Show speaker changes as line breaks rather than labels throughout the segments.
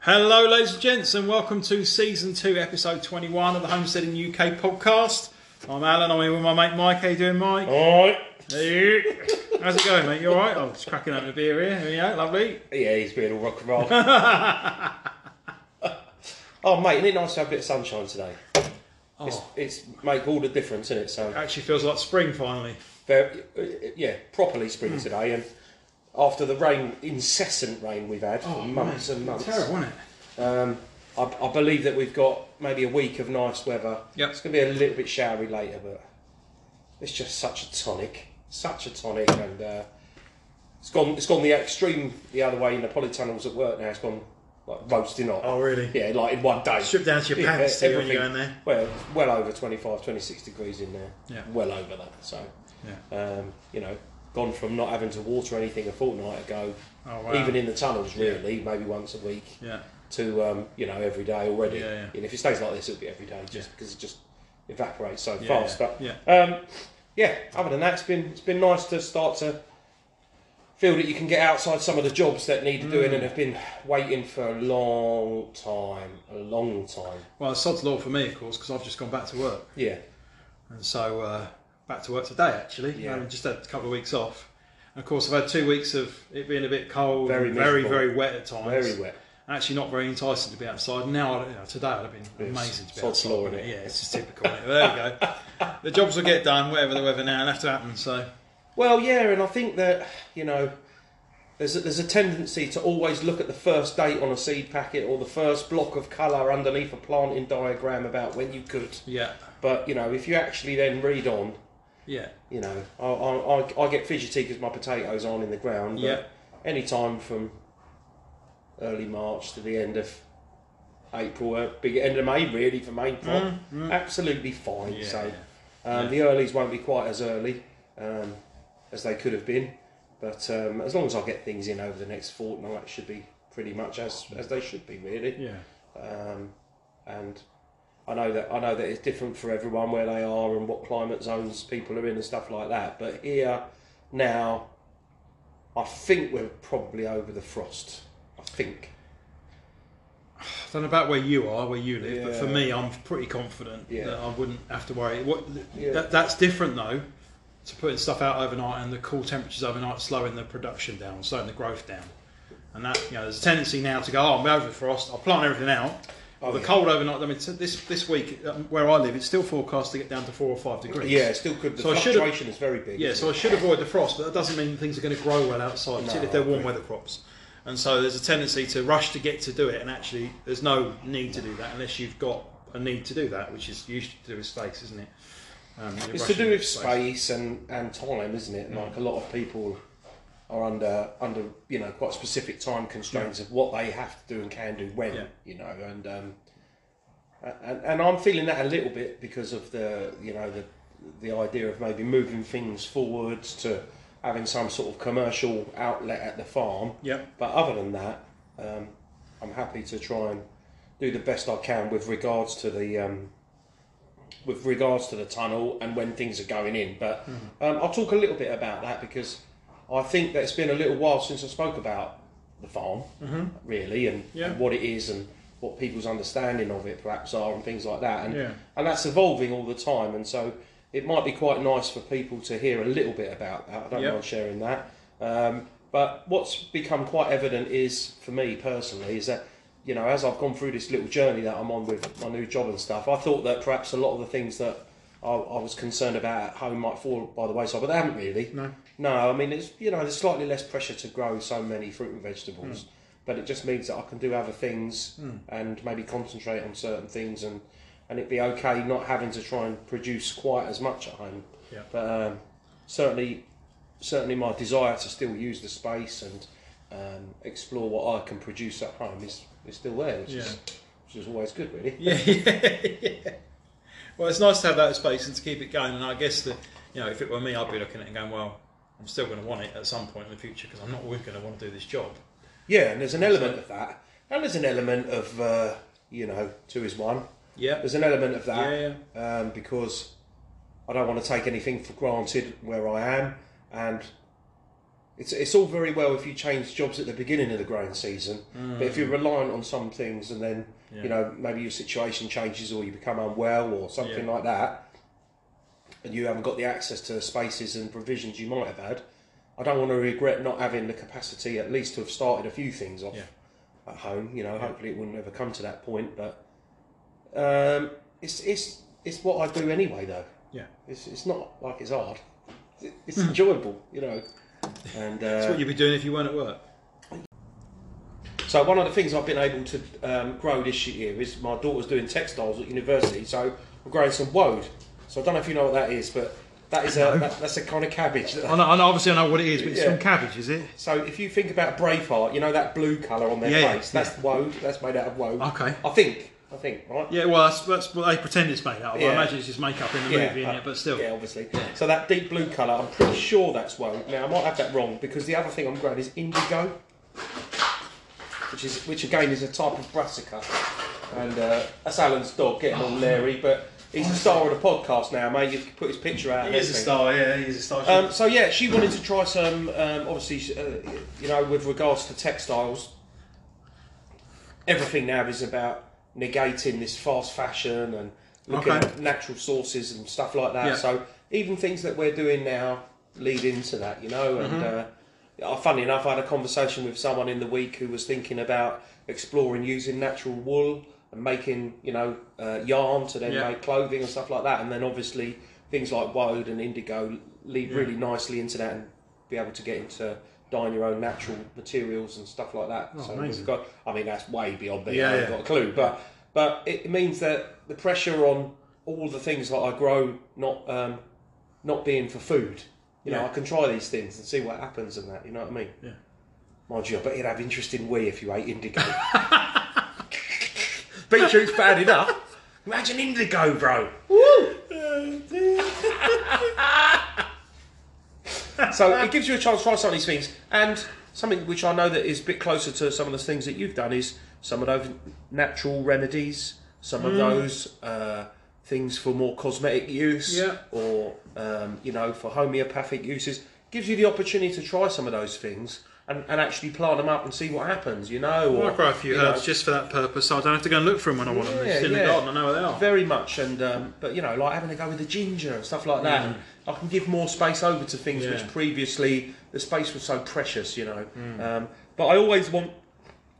Hello, ladies and gents, and welcome to season two, episode 21 of the Homesteading UK podcast. I'm Alan, I'm here with my mate Mike. How you doing, Mike?
Alright.
Hey. How's it going, mate? You alright? I'm just cracking open a beer here. There you go, lovely.
Yeah, he's being all rock and roll. oh, mate, isn't it nice to have a bit of sunshine today?
Oh.
It's, it's make all the difference, isn't it? So,
Actually feels like spring finally.
very, uh, yeah, properly spring today, and after the rain, incessant rain we've had, for Oh, months and months.
Oh, Terrible, isn't it?
Um, I, I believe that we've got maybe a week of nice weather.
Yep.
It's going to be a little bit showery later, but it's just such a tonic, such a tonic, and uh, it's gone. It's gone the extreme the other way in the polytunnels at work now. It's gone like roasting hot.
Oh, really?
Yeah, like in one day.
Strip down to your
Yeah,
pants too when you go in
everything-
there.
Well, it's well over 25, 26 degrees in there.
Yeah.
Well over that. So,
Yeah.
um, you know, gone from not having to water anything a fortnight ago,
Oh, wow.
even in the tunnels, really, maybe once a week
Yeah.
to um, you know every day already.
Yeah, yeah.
And if it stays like this, it'll be every day just
Yeah.
because it just evaporates so
Yeah,
fast.
yeah,
But Um, yeah, other than that, it's been it's been nice to start to feel that you can get outside some of the jobs that need
Mm.
doing and have been waiting for a long time, a long time.
Well, it's sod's law for me, of course, because I've just gone back to work.
Yeah,
And so uh, back to work today, actually.
Yeah.
I just had a couple of weeks off. And of course, I've had two weeks of it being a bit cold,
Very
and very,
miserable.
very wet at times.
very wet.
actually not very enticing to be outside. Now, you know, today I'd have been
It's
amazing to be
sod's
outside.
law, isn't it?
Yeah, it's just typical. innit? There you go. The jobs will get done, whatever the weather now, it'll have to happen. So,
Well, yeah, and I think that you know. There's a, there's a tendency to always look at the first date on a seed packet or the first block of colour underneath a planting diagram about when you could.
yeah,
But you know, if you actually then read on,
yeah,
you know, I I, I, I get fidgety because my potatoes aren't in the ground. but
Yeah.
Any time from early March to the end of April, uh, big end of May really for main crop, absolutely fine.
Mm, Yeah,
so
yeah.
Um, the earlies won't be quite as early um, as they could have been, but um, as long as I get things in over the next fortnight, it should be pretty much as as they should be really
yeah,
um, and I know that I know that it's different for everyone where they are and what climate zones people are in and stuff like that. But here now, I think we're probably over the frost. I think.
I don't know about where you are, where you live, but for
Yeah.
me, I'm pretty confident
Yeah.
that I wouldn't have to worry. What
Yeah.
that, that's different though. To putting stuff out overnight and the cool temperatures overnight slowing the production down, slowing the growth down, and that you know there's a tendency now to go, oh, I'm over the frost, I'll plant everything out.
Oh,
the
yeah.
cold overnight. I mean, t- this this week um, where I live, it's still forecast to get down to four or five degrees.
Yeah, it still could. The
So I should have-
fluctuation is very big.
Yeah,
isn't
so I should avoid the frost, but that doesn't mean things are going to grow well outside, particularly if they're
I
warm
agree.
weather crops. And so there's a tendency to rush to get to do it, and actually there's no need to do that unless you've got a need to do that, which is usually to do with space, isn't it? Um, you're
it? it's to
rushing
do with
into
space and, and time, isn't it? Like a lot of people are under under you know quite specific time constraints of what they have to do and can do when
Yeah.
you know and um, and, and I'm feeling that a little bit because of the you know the the idea of maybe moving things forwards to having some sort of commercial outlet at the farm.
Yep.
But other than that, um, I'm happy to try and do the best I can with regards to the um, with regards to the tunnel and when things are going in. But um, I'll talk a little bit about that because I think that it's been a little while since I spoke about the farm, really, and,
Mm-hmm. Yeah.
and what it is and what people's understanding of it perhaps are and things like that. And
Yeah.
and that's evolving all the time. And so it might be quite nice for people to hear a little bit about that. I don't
Yep.
mind sharing that. Um, but what's become quite evident is, for me personally, is that you know as I've gone through this little journey that I'm on with my new job and stuff, I thought that perhaps a lot of the things that I, I was concerned about at home might fall by the wayside, but they haven't really.
No.
No, I mean it's you know there's slightly less pressure to grow so many fruit and vegetables, but it just means that I can do other things and maybe concentrate on certain things and and it'd be okay not having to try and produce quite as much at home.
Yeah.
But um, certainly, certainly my desire to still use the space and um, explore what I can produce at home is, is still there, which is which is always good, really.
Yeah, yeah, yeah. Well, it's nice to have that space and to keep it going. And I guess that you know, if it were me, I'd be looking at it and going, well, I'm still going to want it at some point in the future because I'm not always going to want to do this job.
Yeah, and there's an element of that, and there's an element of uh, you know two is one.
Yeah,
There's an element of that.
yeah, yeah.
um, because I don't want to take anything for granted where I am, and It's, it's all very well if you change jobs at the beginning of the growing season, but if you're reliant on some things and then
Mm. Yeah.
you know maybe your situation changes or you become unwell or something
Yeah.
like that, and you haven't got the access to the spaces and provisions you might have had, I don't want to regret not having the capacity at least to have started a few things off
Yeah.
at home. You know, hopefully it wouldn't ever come to that point, but um, it's it's it's what I do anyway though.
Yeah.
It's, it's not like it's hard. It- It's enjoyable, you know.
Hmm.
And uh,
That's what you'd be doing if you weren't at work.
so one of the things I've been able to um, grow this year is my daughter's doing textiles at university, so I'm growing some woad. So I don't know if you know what that is, but that is a that, that's a kind of cabbage.
I know, I know, obviously, I know what it is, but it's
Yeah.
from cabbage, is it?
So if you think about Braveheart, you know that blue colour on their
Yeah, yeah,
face. That's woad. That's made out of woad.
Okay.
I think. I think. Right.
Yeah, well, that's, that's what they pretend it's made out of. I
Yeah.
imagine it's just makeup in the movie,
uh,
in it, but still.
Yeah, obviously. So that deep blue colour, I'm pretty sure that's woad. Now I might have that wrong because the other thing I'm growing is indigo, which is which again is a type of brassica, and uh, that's Alan's dog getting
Oh.
all leery, but he's the star of the podcast now, mate. You can put his picture out. and everything.
star, yeah, he is a star.
Um, so yeah, she wanted to try some. Um, obviously, uh, you know, with regards to textiles, everything now is about negating this fast fashion and looking
Okay.
at natural sources and stuff like that.
Yeah.
So even things that we're doing now lead into that, you know. And
Mm-hmm.
uh, funny enough, I had a conversation with someone in the week who was thinking about exploring using natural wool and making, you know, uh, yarn to then
Yeah.
make clothing and stuff like that. And then obviously things like woad and indigo lead really nicely into that and be able to get into dyeing your own natural materials and stuff like that. so
Oh, amazing.
we've got, I mean, that's way beyond me.
Yeah,
I haven't
yeah.
got a clue. But but it means that the pressure on all the things that I grow not um, not being for food. You know,
Yeah.
I can try these things and see what happens and that. You know what I mean?
Yeah.
Mind you, I bet you'd have interesting wee if you ate indigo. Beetroot's bad enough. Imagine indigo, bro. So it gives you a chance to try some of these things, and something which I know that is a bit closer to some of the things that you've done is some of those natural remedies, some
Mm.
of those uh, things for more cosmetic use,
Yeah.
or um, you know for homeopathic uses. Gives you the opportunity to try some of those things and, and actually plant them up and see what happens. You know, or
I grow a few
you know,
herbs just for that purpose, so I don't have to go and look for them when I want them. It's
Yeah,
in the
yeah.
garden, I know where they are.
very much and um, but you know like having a go with the ginger and stuff like that i can give more space over to things
Mm. Yeah. Mm.
which previously the space was so precious you know um, but i always want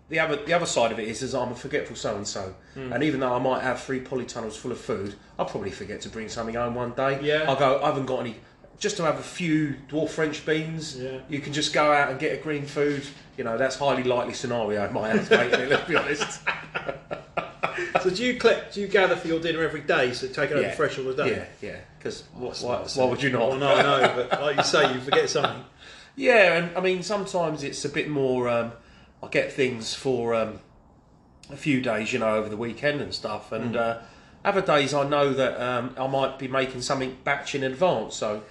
the other the other side of it is is i'm a forgetful so and so
Mm.
and even though i might have three polytunnels full of food i'll probably forget to bring something home one day
Yeah.
i'll go i haven't got any just to have a few dwarf French beans,
Yeah.
you can just go out and get a green food. You know that's highly likely scenario in my house, mate. Let's be honest.
So do you collect, do you gather for your dinner every day, so take it over fresh all the day?
Yeah, yeah. Because
That's
why,
nice,
why
isn't
would you
it?
not?
I know, I know, but like you say, you forget something.
Yeah, and I mean sometimes it's a bit more. Um, I get things for um, a few days, you know, over the weekend and stuff, and uh, other days I know that um, I might be making something batch in advance. So,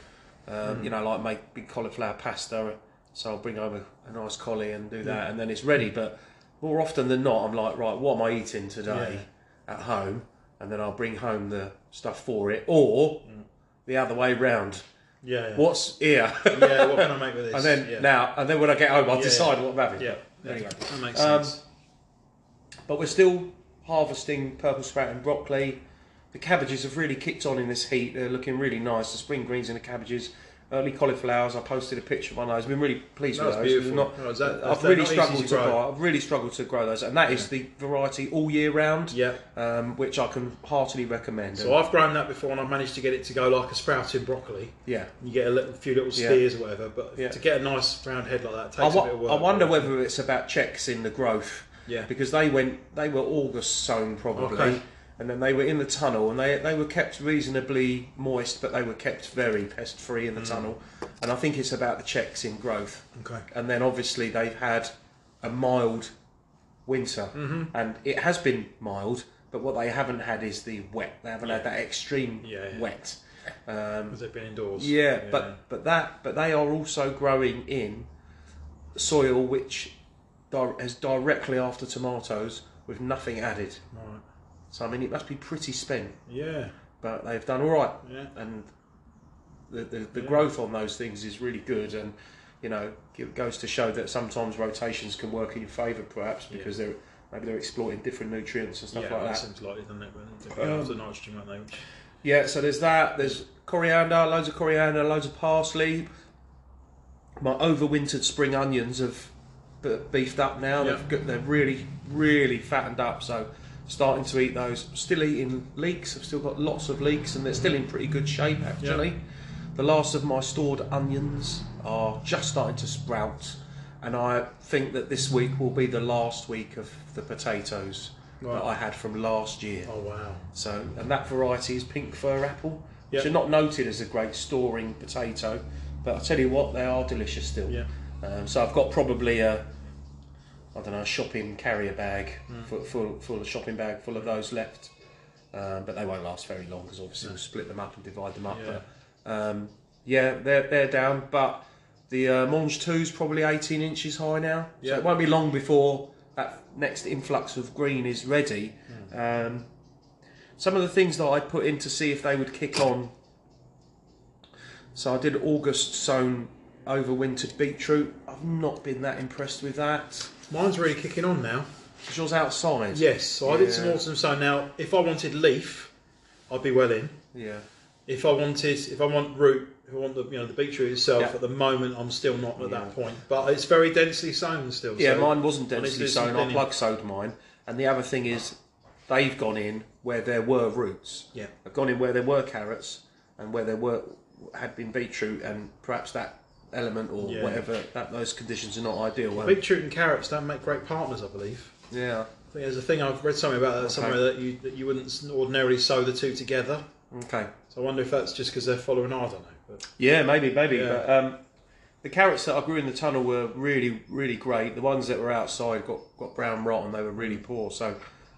um, you know, like make big cauliflower pasta. So I'll bring home a, a nice collie and do that, and then it's ready. But more often than not, I'm like, right, what am I eating today at home? And then I'll bring home the stuff for it, or the other way round.
Yeah, yeah.
What's here?
yeah, what can I make with this?
And then
yeah.
now, and then when I get home, I'll
Yeah,
decide
yeah.
what I'm having.
yeah, yeah.
Anyway.
that makes
Um,
sense.
But we're still harvesting purple sprout and broccoli. The cabbages have really kicked on in this heat. They're looking really nice. The spring greens and the cabbages, early cauliflowers. I posted a picture of one of those. I've been really pleased
That
with
was
those.
beautiful.
They're not-
Oh, is that-
I've
they're
really
not easy
struggled
to
to
grow.
grow. I've really struggled to grow those, and that is the variety all year round.
Yeah.
Um, which I can heartily recommend.
So I've grown that before, and I've managed to get it to go like a sprouting broccoli.
yeah.
You get a little, few little
Yeah.
steers or whatever, but
Yeah.
to get a nice round head like that
I,
takes
wo-
a bit of work.
I wonder whether it's about checks in the growth.
Yeah.
Because they went, they were August sown probably,
Okay.
and then they were in the tunnel, and they they were kept reasonably moist, but they were kept very pest free in
Hmm.
the tunnel, and I think it's about the checks in growth,
Okay.
and then obviously they've had a mild winter,
Mm-hmm.
and it has been mild, but what they haven't had is the wet. They haven't had that extreme
Yeah, yeah.
wet.
Because they've been indoors.
Yeah, but but that but they are also growing in soil which di- is directly after tomatoes with nothing added.
Right.
So I mean, it must be pretty spent,
Yeah.
but they've done all right,
Yeah.
and the the, the growth on those things is really good. And you know, it goes to show that sometimes rotations can work in your favour, perhaps because they're maybe they're exploiting different nutrients and stuff
yeah,
like
that
that.
seems likely, doesn't it? Really? They go
Um,
after nitrogen, won't they? Which,
Yeah, so there's that. There's coriander, loads of coriander, loads of parsley. My overwintered spring onions have b- beefed up now.
Yeah.
They've got, they're really, really fattened up. So starting to eat those. Still eating leeks. I've still got lots of leeks, and they're still in pretty good shape actually. The last of my stored onions are just starting to sprout, and I think that this week will be the last week of the potatoes
Right.
that I had from last year.
oh wow.
So, and that variety is pink fir apple,
Yep.
which are not noted as a great storing potato, but I tell you what, they are delicious still.
Yeah.
Um, so I've got probably a, I don't know, a shopping carrier bag
Mm.
full, full, full of shopping bag full of those left, um, but they won't last very long because obviously we'll split them up and divide them up.
Yeah.
But um, yeah, they're they're down, but the uh, Monge Two's probably 18 inches high now,
Yeah.
so it won't be long before that next influx of green is ready.
Hmm.
Um, some of the things that I put in to see if they would kick on. So I did August sown overwintered beetroot. I've not been that impressed with that.
Mine's really kicking on now.
Is yours outside?
Yes, so I did some
Yeah.
autumn sow. Now, if I wanted leaf, I'd be well in.
Yeah.
If I wanted, if I want root, if I want the you know the beetroot itself,
Yeah.
at the moment I'm still not at
Yeah.
that point. But it's very densely sown still.
Yeah,
so
mine wasn't
I need to
densely
do some
sown. I
thinning.
plug sowed mine. And the other thing is, they've gone in where there were roots.
Yeah.
I've gone in where there were carrots and where there were had been beetroot, and perhaps that element or
Yeah.
whatever that those conditions are not ideal. and-
Beetroot and carrots don't make great partners, I believe.
yeah.
I think there's a thing I've read something about that somewhere that you that you wouldn't s- ordinarily sow the two together.
Okay.
So I wonder if that's just because they're following. I don't know. But
Yeah, maybe, maybe.
Yeah.
But um, the carrots that I grew in the tunnel were really, really great. The ones that were outside got, got brown rot and they were
Mm.
really poor. So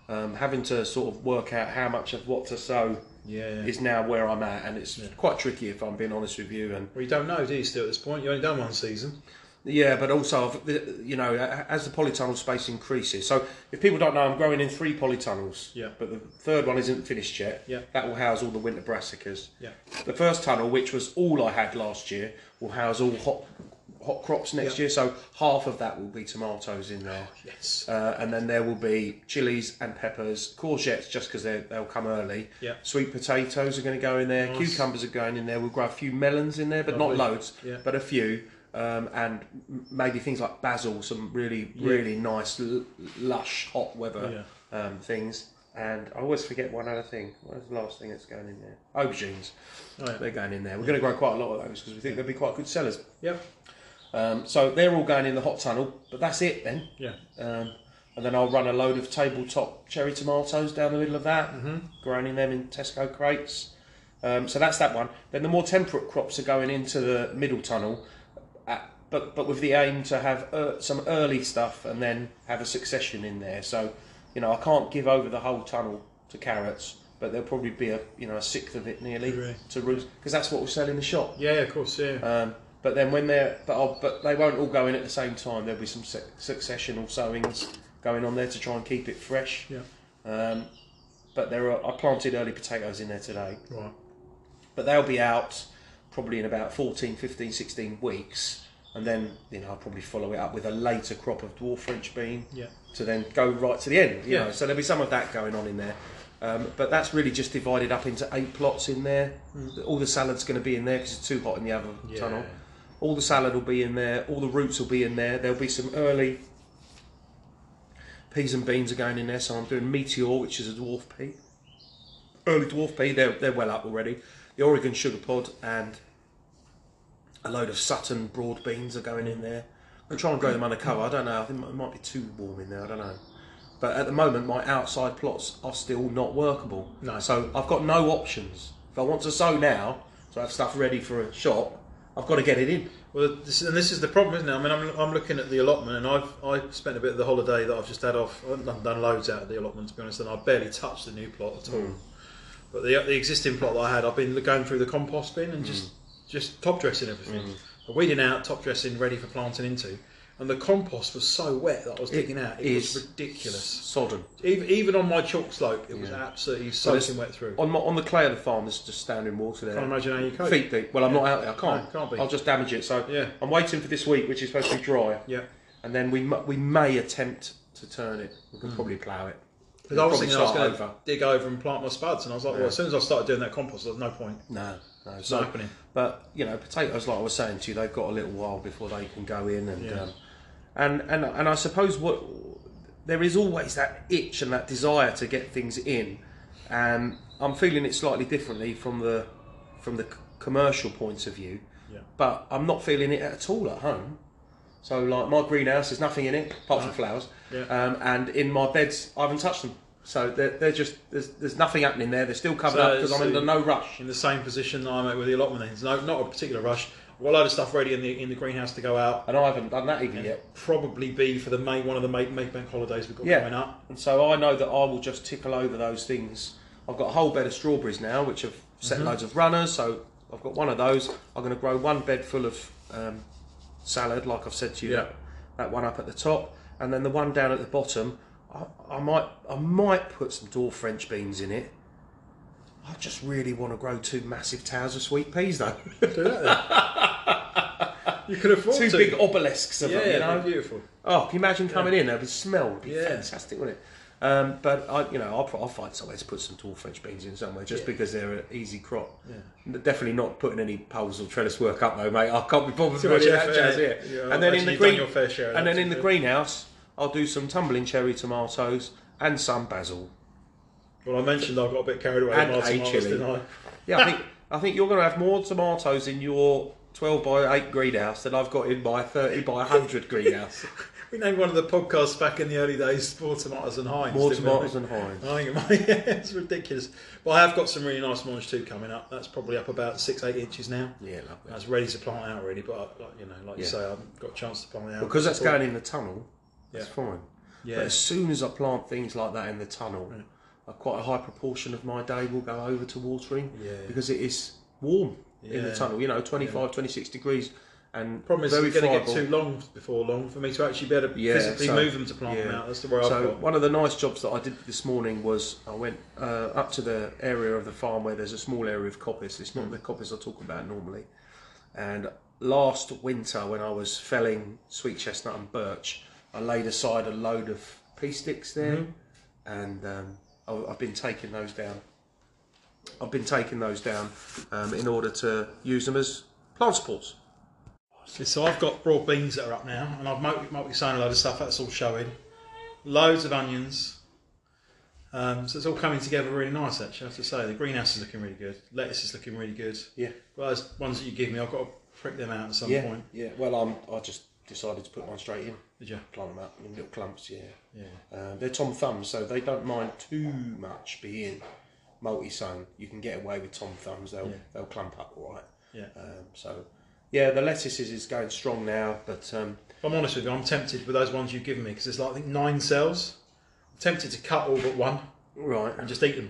um, having to sort of work out how much of what to sow
yeah,
is now where I'm at, and it's quite tricky if I'm being honest with you. And
well, you don't know, do you? Still at this point, you only done one season.
yeah, but also I've, the- you know, a- as the polytunnel space increases, so if people don't know, I'm growing in three polytunnels.
Yeah.
But the third one isn't finished yet.
Yeah.
That will house all the winter brassicas.
Yeah,
The first tunnel, which was all I had last year, will house all hot hot crops next
Yeah.
year. So half of that will be tomatoes in there.
yes.
Uh, and then there will be chilies and peppers, courgettes just because they'll come early.
Yeah.
Sweet potatoes are going to go in there.
Nice.
Cucumbers are going in there. We'll grow a few melons in there, but
Lovely.
not loads,
Yeah.
but a few. Um, and m- maybe things like basil, some really, really nice, l- lush, hot weather um, things. And I always forget one other thing. What is the last thing that's going in there? Aubergines.
Oh, yeah.
They're going in there. We're going to grow quite a lot of those because we think they'll be quite good sellers.
Yep.
Um, so they're all going in the hot tunnel, but that's it then.
Yeah.
Um, and then I'll run a load of tabletop cherry tomatoes down the middle of that, grinding them in Tesco crates. Um, so that's that one. Then the more temperate crops are going into the middle tunnel, at, but but with the aim to have uh, some early stuff and then have a succession in there. So you know I can't give over the whole tunnel to carrots, but there'll probably be a you know a sixth of it nearly
Really?
to roots because that's what we sell in the shop.
Yeah, yeah, of course, yeah.
Um, but then when they're but, I'll, but they won't all go in at the same time. There'll be some su- successional sowings going on there to try and keep it fresh.
Yeah.
Um, but there are I planted early potatoes in there today,
Right.
but they'll be out probably in about 14, 15, 16 weeks, and then you know I'll probably follow it up with a later crop of dwarf French bean
Yeah.
to then go right to the end. You
Yeah.
know, so there'll be some of that going on in there. Um, but that's really just divided up into eight plots in there. All the salad's going to be in there because it's too hot in the other
Hmm. Yeah.
tunnel. All the salad will be in there. All the roots will be in there. There'll be some early peas and beans are going in there. So I'm doing meteor, which is a dwarf pea. Early dwarf pea. They're they're well up already. The Oregon sugar pod and a load of Sutton broad beans are going in there. I'm trying to grow them undercover. I don't know. I think it might be too warm in there. I don't know. But at the moment, my outside plots are still not workable.
No.
So I've got no options. If I want to sow now, so I have stuff ready for a shop, I've got to get it in.
Well, this, and this is the problem, isn't it? I mean, I'm, I'm looking at the allotment, and I've I spent a bit of the holiday that I've just had off. I've done done loads out of the allotment, to be honest, and I barely touched the new plot at all.
Hmm.
But the, the existing plot that I had, I've been going through the
Hmm.
compost bin and just just top dressing everything, weeding out, top dressing, ready for planting into. and the compost was so wet that I was digging out. It was
is
ridiculous.
Sodden.
Even, even on my chalk slope, it was absolutely soaking
it's-
wet through.
On, my, on the clay of the farm, there's just standing water there.
Can't imagine how you cope.
Feet deep. Well, I'm not out there. I can't.
No, can't be.
I'll just damage it. So
Yeah.
I'm waiting for this week, which is supposed to be dry.
Yeah.
And then we mu- we may attempt to turn it. We
Hmm.
can probably plough it.
Because I was
Probably
thinking I was
start
going to
over.
dig over and plant my spuds, and I was like, well, as soon as I started doing that compost, there's no point.
No, no,
not happening.
But you know, potatoes, like I was saying to you, they've got a little while before they can go in, and
Yeah.
um, and and and I suppose what there is always that itch and that desire to get things in, and I'm feeling it slightly differently from the from the c- commercial point of view.
Yeah.
But I'm not feeling it at all at home. So like my greenhouse, there's nothing in it apart from flowers,
Yeah.
um, and in my beds, I haven't touched them. So they're, they're just there's, there's nothing happening there. They're still covered
So
up because I'm
it's-
under no rush.
In the same position that I'm at with the allotment things. No, not a particular rush. I've got a load of stuff ready in the in the greenhouse to go out.
and I haven't done that even yet.
Probably be for the May one of the May, May bank holidays we've got
Yeah,
coming up.
and so I know that I will just tickle over those things. I've got a whole bed of strawberries now, which have set
Mm-hmm.
loads of runners. So I've got one of those. I'm going to grow one bed full of um, salad, like I've said to you.
Yeah.
That one up at the top, and then the one down at the bottom. I, I might, I might put some dwarf French beans in it. I just really want to grow two massive towers of sweet peas, though.
You can afford
two
to.
big obelisks of
yeah,
them, you
they're
know.
beautiful.
Oh, can you imagine coming in? That would smell. It'd be
Yeah.
fantastic, wouldn't it? Um, but I, you know, I'll, pro- I'll find somewhere to put some tall French beans in somewhere, just
Yeah.
because they're an easy crop.
Yeah.
N- Definitely not putting any poles or trellis work up though, mate. I can't be bothered
Too
with
much
any of that
effort,
jazz here.
innit? Yeah,
and then
actually
in the
you've done
green,
your fair share of
and
that,
then
to
in
be
the
fair.
greenhouse, I'll do some tumbling cherry tomatoes and some basil.
Well, I mentioned I got a bit carried away
And
with my
a
tomatoes,
chilli.
didn't I?
Yeah, I think I think you're going to have more tomatoes in your 12 by 8 greenhouse than I've got in my 30 by 100 greenhouse.
We named one of the podcasts back in the early days More Tomatoes and Heinz.
More
didn't we?
tomatoes and Heinz.
I think it might- yeah, it's ridiculous. But I have got some really nice orange too coming up. That's probably up about six, eight inches now.
Yeah, lovely.
That's ready to plant out really, but I, like, you know, like you
Yeah.
say, I haven't got a chance to plant out
because that's
before.
going in the tunnel. That's
Yeah.
fine.
Yeah.
But as soon as I plant things like that in the tunnel, a quite a high proportion of my day will go over to watering
Yeah.
because it is warm in the
Yeah.
tunnel. You know, 25, 26 degrees, and
Problem is,
very
it's going to get
friable.
too long before long for me to actually be able to
Yeah,
physically
so-
move them to plant them
yeah.
out. That's the way I've
So
got.
one of the nice jobs that I did this morning was I went uh, up to the area of the farm where there's a small area of coppice. It's
Hmm.
not the coppice I talk about normally. And last winter, when I was felling sweet chestnut and birch, I laid aside a load of pea sticks there,
Hmm.
and um, I- I've been taking those down. I've been taking those down um, in order to use them as plant supports.
So I've got broad beans that are up now, and I've multi multi sown a load of stuff. That's all showing. Loads of onions. Um, so it's all coming together really nice. Actually, I have to say the greenhouse is looking really good. Lettuce is looking really good.
Yeah.
Well, those ones that you give me, I've got to prick them out at some point.
yeah. Well, I'm, I just decided to put mine straight in.
Did you?
plant them out in little clumps. Yeah,
Yeah.
Um, they're Tom Thumbs, so they don't mind too much being multi-sown. You can get away with Tom Thumbs; they'll they'll clump up all right.
Yeah.
Um, so, yeah, the lettuces is going strong now, but um,
If I'm honest with you, I'm tempted with those ones you've given me because there's like I think nine cells. I'm tempted to cut all but one
right,
and just eat them,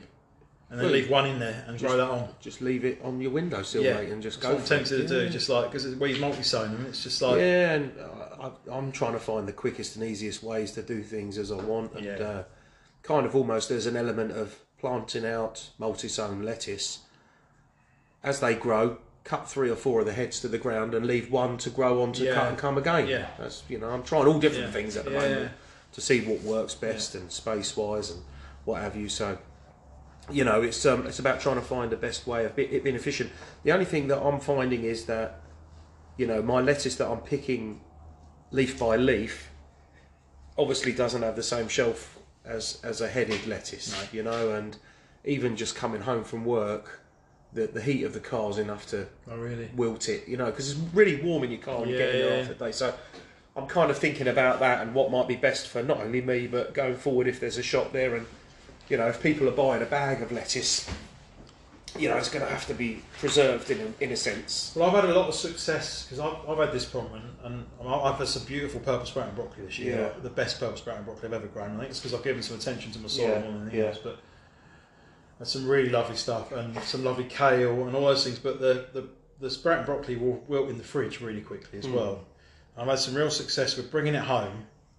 and then
Really?
leave one in there and grow that on.
just leave it on your windowsill,
Yeah,
mate, and just
that's
go.
what I'm
for it.
tempted to do, just like because where you've multi-sown them, it's just like
Yeah, and I, I- I'm trying to find the quickest and easiest ways to do things as I want, and
Yeah.
uh, kind of almost there's an element of planting out multi-sown lettuce as they grow. Cut three or four of the heads to the ground and leave one to grow on to
Yeah.
cut and come again.
Yeah.
that's you know I'm trying all different
Yeah.
things at the
Yeah.
moment to see what works best and space wise and what have you. So you know, it's um, it's about trying to find the best way of it being efficient. The only thing that I'm finding is that, you know, my lettuce that I'm picking leaf by leaf obviously doesn't have the same shelf as as a headed lettuce, you know, and even just coming home from work, the the heat of the car's enough to
oh really?
wilt it, you know, because it's really warm in your car when you get in
Yeah.
there after the day. So I'm kind of thinking about that and what might be best for not only me but going forward if there's a shop there and you know if people are buying a bag of lettuce, you know it's going to have to be preserved in a, in a sense.
Well, I've had a lot of success because I've, I've had this problem, and, and I- I've had some beautiful purple sprouting broccoli this year.
Yeah.
like the best purple sprouting broccoli I've ever grown. I think it's because I've given some attention to my soil
Yeah,
more than anything
yeah.
else. But and some really lovely stuff, and some lovely
Hmm.
kale, and all those things. But the the, the sprouting broccoli will wilt in the fridge really quickly as well. I've had some real success with bringing it home,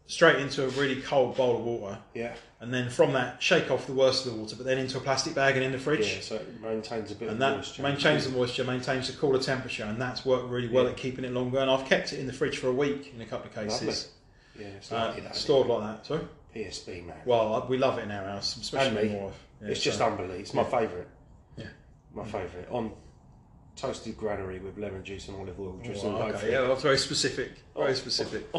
straight into a really cold bowl of water,
Yeah.
and then from that shake off the worst of the water, but then into a plastic bag and in the fridge.
Yeah, so it maintains a bit
And
of
that
moisture.
maintains the moisture, maintains the cooler temperature, and that's worked really well
Yeah.
at keeping it longer. And I've kept it in the fridge for a week in a couple of cases,
Yeah, it's
uh,
lovely that. isn't
stored like that. Sorry.
it? PSB man.
Well, I- we love it in our house, especially
And me.
more. Yeah,
it's just
so-
unbelievable. It's my favourite.
Yeah.
My favourite on toasted granary with lemon juice and olive oil. Just
Oh,
all over
okay,
it.
yeah, that's very specific. Very specific.
Oh,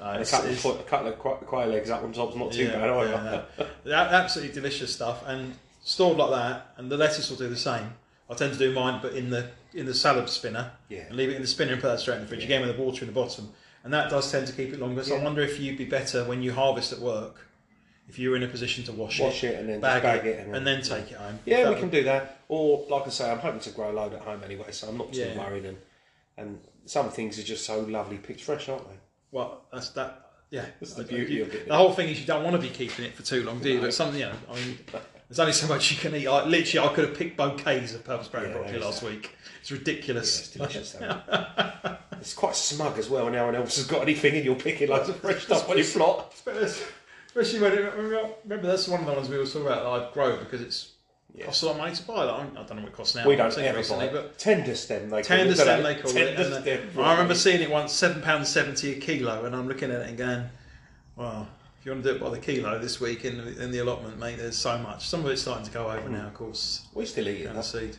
Uh,
and a
it's-
couple, of,
it's-
qu- a couple of qu- quail eggs up on top's not too
yeah,
bad either.
yeah, no. They're absolutely delicious stuff, and stored like that. And the lettuce will do the same. I tend to do mine, but in the in the salad spinner,
Yeah.
and leave it in the spinner and put that straight in the fridge again with the water in the bottom, and that does tend to keep it longer. So I
Yeah.
wonder if you'd be better when you harvest at work if you were in a position to wash,
Wash it and then just bag it and
and then take it home.
Yeah,
That
we
would-
can do that. Or, like I say, I'm hoping to grow a load at home anyway, so I'm not too
Yeah.
worried. And and some things are just so lovely picked fresh, aren't they?
Well, that's that. Yeah,
That's the beauty
You-
of it.
The whole thing is you don't want to be keeping it for too long, do you? But something, you know, I mean, there's only so much you can eat. I, literally, I could have picked bouquets of purple sprouted
Yeah,
broccoli
there is
last week. It's ridiculous.
Yeah, it's delicious, It's quite smug as well. No one else has got anything, and you're picking loads of fresh stuff when you flop.
Especially when it- remember- remember that's one of the ones we were talking about that I'd grow because it's
Yeah.
costs a lot of money to buy. Like, I don't know what it costs now.
We
I've
don't
seen it
ever buy
recently,
it.
but
tender stem. They call it,
Tender
don't
stem, they call it.
Tender
and, uh,
stem.
I remember seeing it once, seven pounds seventy a kilo, and I'm looking at it and going, "Well, if you want to do it by the kilo this week in the, in the allotment, mate, there's so much. Some of it's starting to go over now, of course,
We still eat it.
and the
that's-
seed,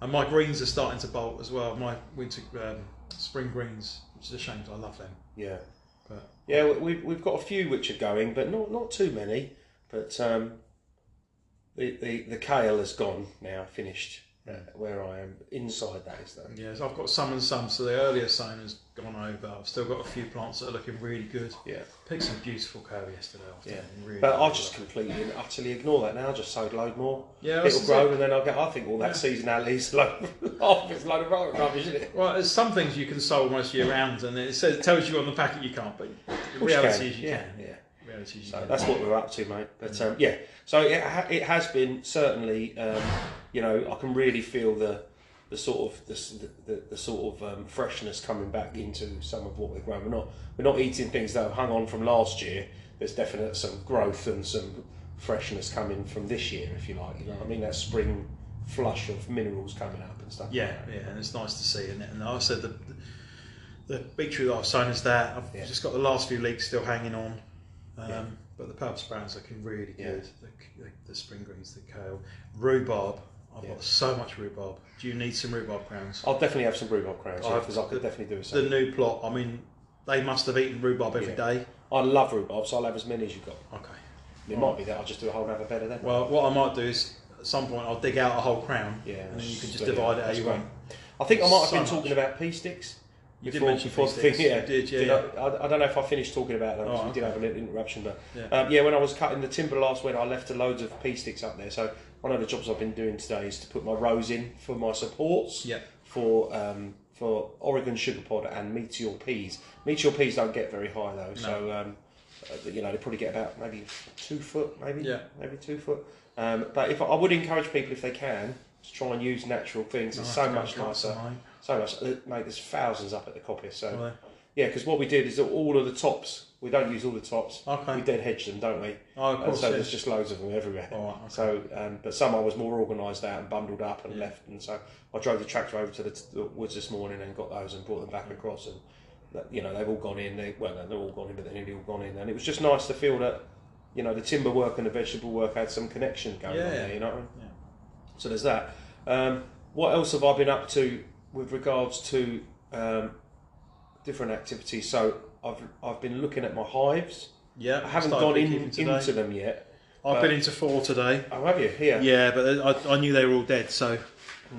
and my greens are starting to bolt as well. My winter um, spring greens, which is a shame. 'cause I love them,
Yeah.
but
Yeah, we- we've, we've got a few which are going, but not not too many. But um, the, the the kale has gone now, finished uh, where I am. Inside that is though.
yes, I've got some and some. So the earlier sown has gone over. I've still got a few plants that are looking really good.
Yeah.
Picked some beautiful kale yesterday afternoon. Really,
But I
really
just
well.
completely and utterly ignore that now. I just sowed load more.
Yeah, this
it'll
is
grow,
it.
and then I'll get. I think all that seasonality's load, half it's load of rubbish, isn't it?
Well, there's some things you can sow almost year round, and it says it tells you on the packet you can't, but the
Which
reality
can,
is you
yeah,
can.
yeah.
The Reality is you
So
can.
that's what we're up to, mate. But um, yeah, so it, ha- it has been certainly. Um, you know, I can really feel the the sort of the s- the, the sort of um, freshness coming back into some of what we've grown. We're not we're not eating things that have hung on from last year. There's definite some growth and some freshness coming from this year, if you like. You know, what I mean that spring flush of minerals coming up and stuff. like
Yeah,
that.
yeah, and it's nice to see. And, and I said the the beetroot that I've sown is there. I've
Yeah.
just got the last few leeks still hanging on, um,
Yeah.
but the purple sprouts looking really
Yeah.
good. The, c- the, the spring greens, the kale, rhubarb. I've
Yeah. Oh,
got so much rhubarb. Do you need some rhubarb crowns?
I'll definitely have some rhubarb crowns
I've-
because I could definitely do with
The
some.
new plot. I mean, they must have eaten rhubarb every
Yeah.
day.
I love rhubarb, so I'll have as many as you've got.
Okay.
It might be that I'll just do a whole nother bed of them.
Well, what I might do is at some point I'll dig out a whole crown,
Yeah,
and then you can just
but yeah,
divide it how
that's
you
great.
want.
I think I might have
So
been
much.
talking about pea sticks.
You did
before-
mention
before
pea
the thing,
sticks.
yeah.
You did, yeah,
I, I, I don't know if I finished talking about them. 'cause
Oh,
we did
okay.
have a little interruption, but
Yeah.
Um, yeah, when I was cutting the timber last week, I left a loads of pea sticks up there. So one of the jobs I've been doing today is to put my rows in for my supports
Yeah.
for um, for Oregon sugar pod and meteor peas. Meteor peas don't get very high though, so um, uh, you know they probably get about maybe two foot, maybe
Yeah.
maybe two foot. Um, but if I would encourage people if they can to try and use natural things, it's so much nicer. So much, uh, mate. There's thousands up at the coppice. So
Right.
yeah, because what we did is all of the tops. We don't use all the tops.
Okay.
We dead hedge them, don't we?
Oh, of
And
course,
so
yeah.
there's just loads of them everywhere.
All right, okay.
So, um, but some I was more organised out and bundled up and left, and so I drove the tractor over to the, t- the woods this morning and got those and brought them back across, and that- you know they've all gone in. They well, they're all gone in, but they're nearly all gone in, and it was just nice to feel that you know the timber work and the vegetable work had some connection going on
Yeah.
there. You know. what I mean?
Yeah.
So there's that. Um, what else have I been up to with regards to um, different activities? So I've I've been looking at my hives.
Yeah,
I haven't
started
gone in,
beekeeping today.
into uh, them yet.
I've been into four today.
Oh, have you? Here.
Yeah, but I, I knew they were all dead, so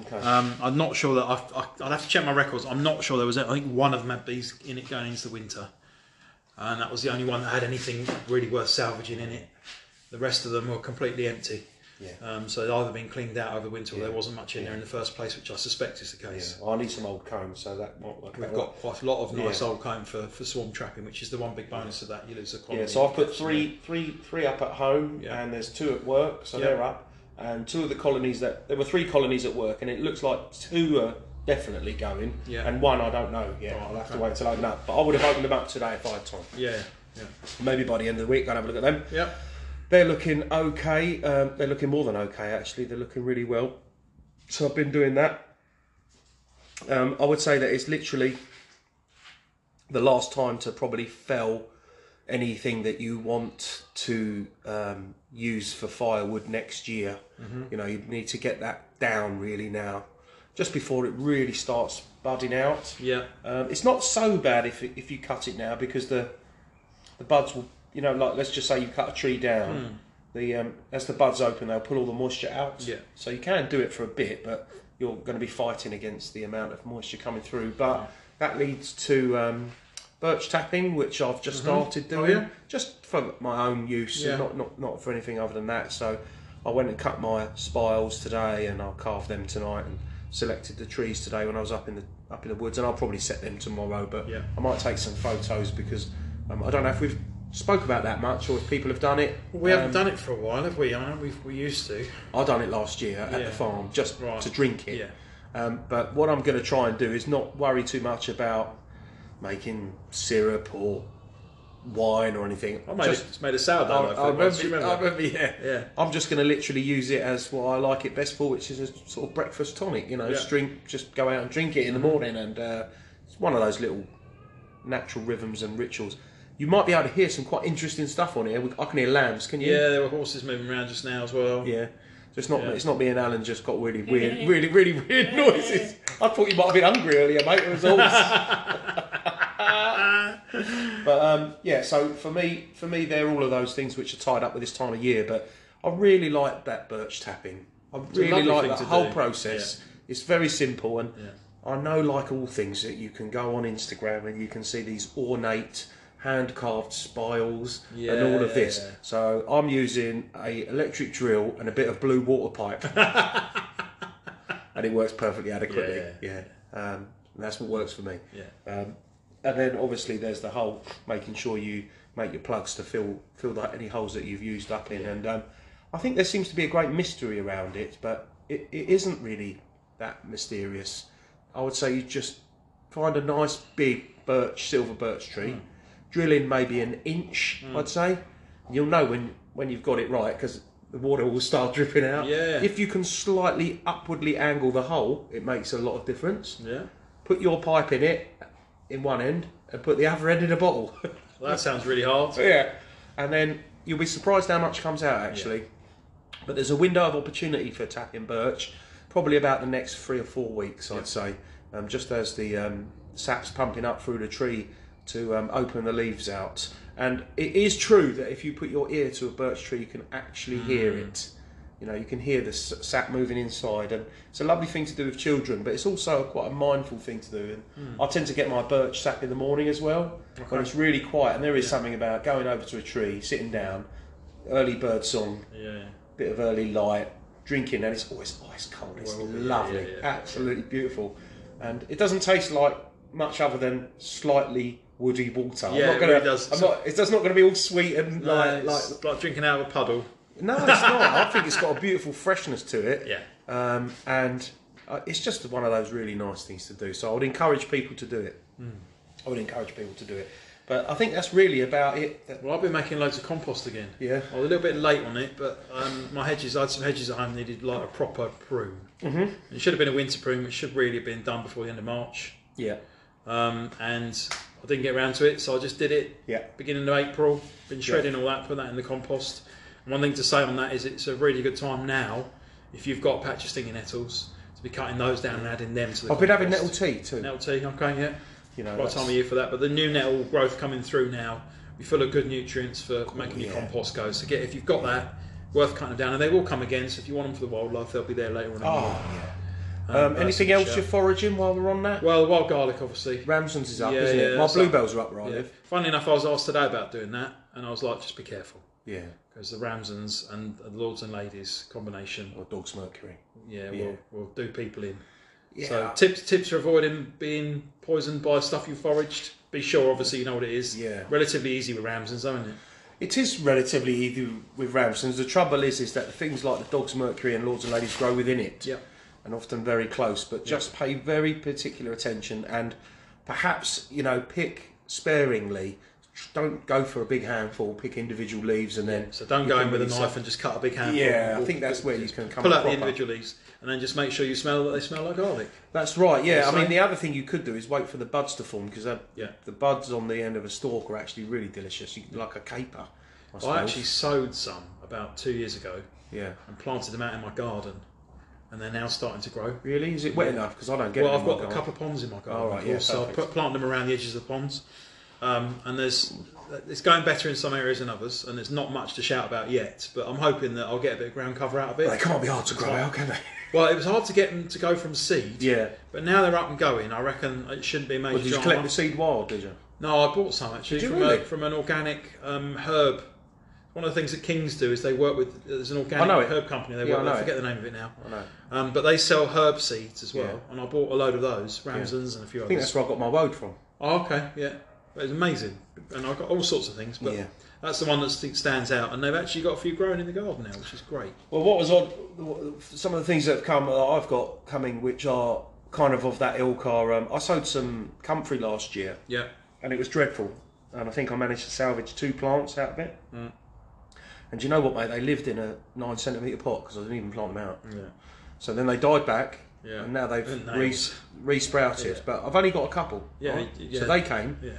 Okay.
um, I'm not sure that I've, I, I'd have to check my records. I'm not sure there was. I think one of them had bees in it going into the winter, and that was the only one that had anything really worth salvaging in it. The rest of them were completely empty.
Yeah.
Um, so they'd either been cleaned out over winter, or there wasn't much in there in the first place, which I suspect is the case.
Yeah. Oh, I need some old combs, so that might work.
We've
out.
got quite a lot of nice
Yeah.
old comb for, for swarm trapping, which is the one big bonus of that. You lose the quality.
Yeah, so I've put three, three, three up at home,
Yeah.
and there's two at work, so
Yeah.
they're up. And two of the colonies that there were three colonies at work, and it looks like two are definitely going,
Yeah.
and one I don't know yet. I'll have to wait until I open up. But I would have opened them up today if I had time.
Yeah. Yeah.
Maybe by the end of the week, I'll have a look at them.
Yep.
They're looking okay. Um, they're looking more than okay, actually. They're looking really well. So I've been doing that. Um, I would say that it's literally the last time to probably fell anything that you want to um, use for firewood next year. You know, you need to get that down really now, just before it really starts budding out.
Yeah.
Um, it's not so bad if if you cut it now because the the buds will, you know, like let's just say you cut a tree down,
Hmm.
the um, as the buds open, they'll pull all the moisture out.
Yeah.
So you can do it for a bit, but you're going to be fighting against the amount of moisture coming through. But
Hmm.
that leads to um, birch tapping, which I've just started
Oh,
doing,
yeah.
just for my own use,
Yeah.
and not, not not for anything other than that. So I went and cut my spiles today, and I'll carve them tonight, and selected the trees today when I was up in the up in the woods, and I'll probably set them tomorrow. But
Yeah.
I might take some photos because um, I don't know if we've spoke about that much or if people have done it.
We
Um,
haven't done it for a while, have we? I know we've, we used to.
I done it last year at
Yeah.
the farm just
Right.
to drink it.
Yeah.
Um, but what I'm going to try and do is not worry too much about making syrup or wine or anything.
I made,
Just-
it, just made a sourdough.
I,
loaf
I
once,
remember,
do you
I
remember?
remember, yeah.
Yeah.
I'm just going to literally use it as what I like it best for, which is a sort of breakfast tonic. You know,
Yeah.
just drink, just go out and drink it in the morning, and uh, it's one of those little natural rhythms and rituals. You might be able to hear some quite interesting stuff on here. We- I can hear lambs. Can you?
Yeah, there were horses moving around just now as well.
Yeah. So it's not
Yeah.
it's not me and Alan just got really weird, really really weird noises. I thought you might have been hungry earlier, mate. It was all. but um, yeah, so for me, for me, they're all of those things which are tied up with this time of year. But I really like that birch tapping. I
a
really
lovely
like
thing
that
to
whole
do.
process. It's very simple, and
Yeah.
I know, like all things, that you can go on Instagram and you can see these ornate hand carved spiles and
Yeah,
all of
yeah,
this.
yeah.
So I'm using a electric drill and a bit of blue water pipe, and it works perfectly adequately.
Yeah,
Yeah, Um, and that's what works for me.
Yeah.
Um, and then obviously there's the whole making sure you make your plugs to fill fill that, any holes that you've used up in. And um, I think there seems to be a great mystery around it, but it, it isn't really that mysterious. I would say you just find a nice big birch, silver birch tree, drill in maybe an inch, I'd say. You'll know when when you've got it right because the water will start dripping out.
Yeah.
If you can slightly upwardly angle the hole, it makes a lot of difference
Yeah.
put your pipe in it in one end and put the other end in a bottle.
Well, that sounds really hard.
yeah. And then you'll be surprised how much comes out actually. But there's a window of opportunity for tapping birch, probably about the next three or four weeks, I'd say. Um, just as the um, sap's pumping up through the tree to um, open the leaves out. And it is true that if you put your ear to a birch tree, you can actually hear it. You know, you can hear the s- sap moving inside, and it's a lovely thing to do with children, but it's also quite a mindful thing to do. And I tend to get my birch sap in the morning as well, when it's really quiet. And there is something about going over to a tree, sitting down, early bird song,
Yeah.
bit of early light, drinking, and it's always ice cold. It's
Well, yeah,
lovely,
yeah, yeah.
absolutely beautiful, and it doesn't taste like much other than slightly woody water.
Yeah,
I'm
it
not gonna,
really does.
I'm not, it's not going to be all sweet and
No,
like, like
it's like, drinking out of a puddle.
no, it's not. I think it's got a beautiful freshness to it.
Yeah.
Um, and uh, it's just one of those really nice things to do. So I would encourage people to do it.
Hmm.
I would encourage people to do it. But I think that's really about it. That-
Well, I've been making loads of compost again.
Yeah.
I was a little bit late on it, but um, my hedges, I had some hedges at home needed like a proper prune. Mm-hmm. It should have been a winter prune, which should really have been done before the end of March.
Yeah.
Um, and I didn't get around to it, so I just did it
Yeah.
beginning of April. Been shredding all that, put that in the compost. And one thing to say on that is it's a really good time now, if you've got patch of stinging nettles, to be cutting those down and adding them to the
I've been having nettle
compost.
tea too.
Nettle tea, okay, yeah.
You know,
right
that's-
time of year for that. But the new nettle growth coming through now, be full of good nutrients for making your
yeah.
compost go. So get if you've got that, worth cutting down, and they will come again. So if you want them for the wildlife, they'll be there later on. in the year.
Oh, yeah. Um,
that's
anything
a
else
shout.
you're foraging while we're on that?
Well, the wild garlic, obviously.
Ramson's is up,
Yeah,
isn't it?
yeah,
My
so-
bluebells are up right.
Yeah. Funnily enough, I was asked today about doing that, and I was like, just be careful.
Yeah.
Because the Ramsons and the Lords and Ladies combination,
Or dog's mercury.
yeah,
Oh, Yeah.
Will, will do people in.
Yeah.
So tips tips for avoiding being poisoned by stuff you foraged. Be sure, obviously, you know what it is.
Yeah.
Relatively easy with Ramsons, isn't it?
It is relatively easy with Ramsons. The trouble is, is that the things like the dog's mercury and lords and ladies grow within it.
Yeah.
and often very close. But just pay very particular attention and perhaps you know pick sparingly. Don't go for a big handful. Pick individual leaves and then.
So don't
you
go
can
in with a
really
knife and just cut a big handful.
Yeah, I
Or
think that's where you can come.
Pull out the
proper.
individual leaves and then just make sure you smell that they smell like garlic.
That's right. Yeah,
Yeah,
I mean
so-
the other thing you could do is wait for the buds to form because
Yeah.
the buds on the end of a stalk are actually really delicious, you, like a caper. I, suppose.
I actually sowed some about two years ago
yeah.
and planted them out in my garden, and they're now starting to grow.
Really, is it wet enough? Because I don't get.
Well,
them
I've
in my
got a couple
garden.
of ponds in my garden,
All right,
of
yeah,
course, so I've
perfect.
put, planted them around the edges of the ponds. Um, and there's it's going better in some areas than others, and there's not much to shout about yet. But I'm hoping that I'll get a bit of ground cover out of
They
it.
can't be hard to grow out, can they?
Well, it was hard to get them to go from seed,
Yeah.
but now they're up and going. I reckon it shouldn't be a major
Well, did you
drama.
collect the seed wild? Did you?
No, I bought some actually
Did you
from,
really?
a, from an organic um, herb. One of the things that Kings do is they work with. There's an organic
I know it.
herb company they
Yeah, I
work with.
know
I forget
it.
the name of it now.
I know.
Um, but they sell herb seeds as well,
Yeah.
and I bought a load of those, Ramsden's and a few
I
others.
think that's where I got my woad from.
Oh, okay, yeah. It was amazing. And I've got all sorts of things, but
Yeah.
that's the one that st- stands out. And they've actually got a few growing in the garden now, which is great.
Well, what was odd? Some of the things that have come that I've got coming, which are kind of of that ilk, are um, I sowed some comfrey last year.
Yeah.
and it was dreadful. And I think I managed to salvage two plants out of it.
Mm.
And do you know what, mate? They lived in a nine centimetre pot because I didn't even plant them out.
Yeah.
So then they died back,
Yeah.
and now they've
And
re-
nails.
resprouted.
Yeah.
But I've only got a couple.
Yeah,
right?
y- yeah.
So they came.
Yeah.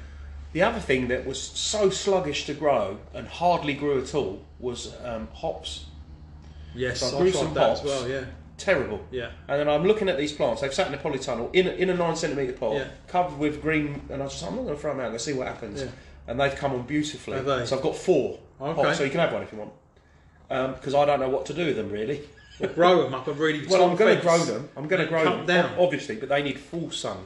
The other thing that was so sluggish to grow and hardly grew at all was um, hops.
Yes,
So I
I
grew
tried
some
that
hops.
as well, yeah.
Terrible.
Yeah.
And then I'm looking at these plants. They've sat in a polytunnel in a, in a nine centimetre pot,
Yeah.
covered with green. And I just I'm not going to throw them out. I'm going to see what happens.
Yeah.
And they've come on beautifully.
Have they?
So I've got four.
Okay.
pots, so you can have one if you want. Because I don't know what to do with them really.
Well, grow them up a really
Well,
tall
I'm going to
fence.
grow them. I'm going to
They
grow
come
them
down. Hmm.
obviously, but they need full sun.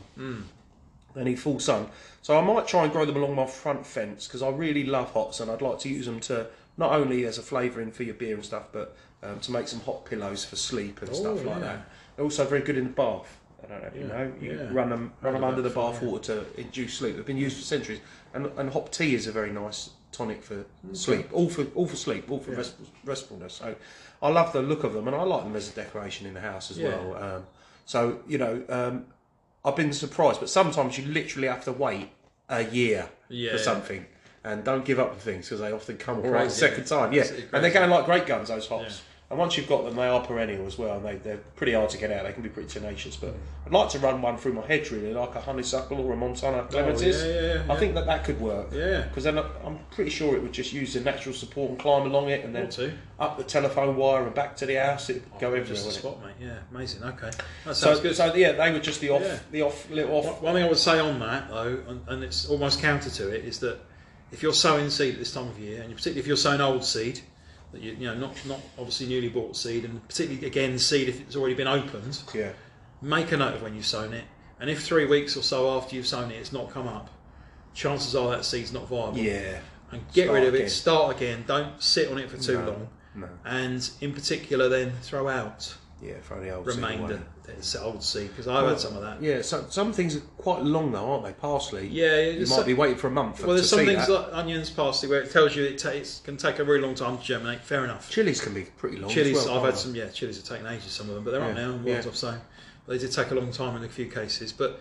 They need full sun. So I might try and grow them along my front fence because I really love hops and I'd like to use them to not only as a flavouring for your beer and stuff, but um, to make some hot pillows for sleep and stuff
Oh,
like
yeah.
that. They're also very good in the bath. I don't know, if you
Yeah,
know, you
yeah.
run them, run
Heard of
them under the
that before,
bath
yeah.
water to induce sleep. They've been used for centuries, and and hop tea is a very nice tonic for
Mm,
sleep. All for all for sleep, all for rest, restfulness. So, I love the look of them, and I like them as a decoration in the house as
Yeah.
well. Um, so you know, um, I've been surprised, but sometimes you literally have to wait a year
Yeah.
for something. And don't give up on things because they often come around
Right,
the second
yeah.
time. Yeah,
It's- it's
and they're
crazy.
going like great guns. Those hops.
Yeah.
And once you've got them, they are perennial as well, and they, they're pretty hard to get out. They can be pretty tenacious, but I'd like to run one through my hedge, really, like a honeysuckle or a Montana clematis.
Oh, yeah, yeah, yeah.
I think that that could work.
Yeah.
Because then I- I'm pretty sure it would just use the natural support and climb along it, and
Or
then
two. Oh,
up the telephone wire and back to the house. It'd go everywhere.
Just a
wouldn't it?
spot, mate. Yeah, amazing. Okay. That sounds
So,
good.
so yeah, they were just the off,
Yeah.
the off little off.
One one thing I would say on that, though, and, and it's almost counter to it, is that if you're sowing seed at this time of year, and particularly if you're sowing old seed, that you, you know, not not obviously newly bought seed, and particularly again seed if it's already been opened,
Yeah.
make a note of when you've sown it. And if three weeks or so after you've sown it, it's not come up, chances are that seed's not viable.
Yeah.
And get
Start
rid of it.
again.
Start again. Don't sit on it for too
No,
long.
no.
And in particular, then throw out
Yeah. For the old
remainder that's old seed because I've had some of that.
Yeah. So some things are quite long though, aren't they? Parsley.
Yeah, yeah,
You
there's
might
some-
be waiting for a month.
Well, there's
to
some
see
things
that.
like onions, parsley, where it tells you it, ta- it can take a really long time to germinate. Fair enough.
Chilies can be pretty long. as
Chilies,
well,
I've
can't
had
they?
some. Yeah, chilies have taken ages. Some of them, but they're up
Yeah,
now. And ones
yeah.
I've sown, they did take a long time in a few cases. But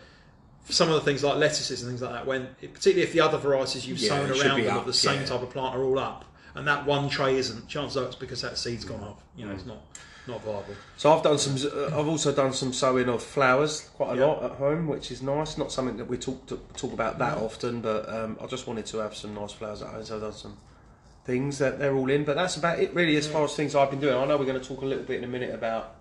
for some of the things like lettuces and things like that, when particularly if the other varieties you've
Yeah,
sown
it should
around
be
them
up,
of the same
yeah.
type of plant are all up, and that one tray isn't, chances are it's because that seed's gone off. You know, it's not not viable.
So I've done some. uh, I've also done some sowing of flowers quite a
Yeah.
lot at home, which is nice. Not something that we talk to, talk about that often, but um, I just wanted to have some nice flowers at home. So I've done some things that they're all in. But that's about it, really, as far as things I've been doing. I know we're going to talk a little bit in a minute about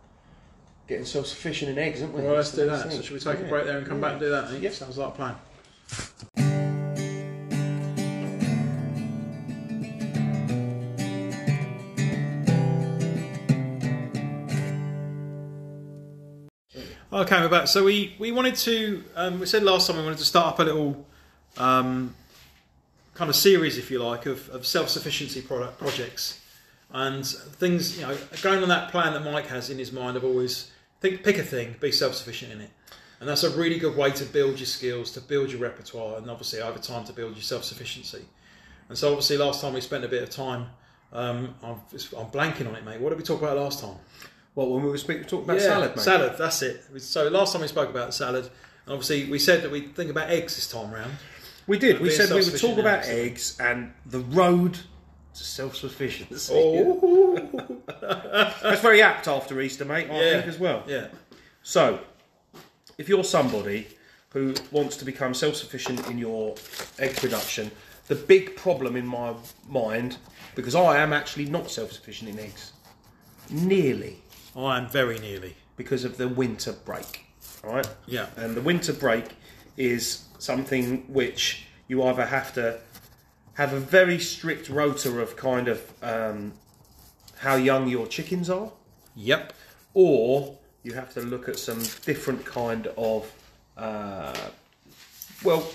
getting self sufficient in eggs, aren't we?
Well, let's do
the next
that. So
thing.
should we take
Yeah.
a break there and come back and do that? Nick?
Yep.
Sounds like a plan. Okay, we're back. So we, we wanted to, um, we said last time we wanted to start up a little um, kind of series, if you like, of, of self-sufficiency product projects and things. You know, going on that plan that Mike has in his mind of always think, pick a thing, be self-sufficient in it, and that's a really good way to build your skills, to build your repertoire, and obviously over time to build your self-sufficiency. And so, obviously, last time we spent a bit of time. Um, I'm, I'm blanking on it, mate. What did we talk about last time?
Well, when we were speaking, talking about
Yeah,
salad, mate.
Salad, that's it. So last time we spoke about salad, and obviously we said that we'd think about eggs this time round.
We did.
Uh,
We
being
said we would
self-sufficient
talk about
in
eggs and the road to self-sufficiency.
Oh,
That's very apt after Easter, mate. I
Yeah.
think as well.
yeah.
So, if you're somebody who wants to become self-sufficient in your egg production, the big problem in my mind, because I am actually not self-sufficient in eggs, nearly
I am very nearly.
because of the winter break. All right.
Yeah.
And the winter break is something which you either have to have a very strict rota of kind of um, how young your chickens are,
Yep.
or you have to look at some different kind of uh, well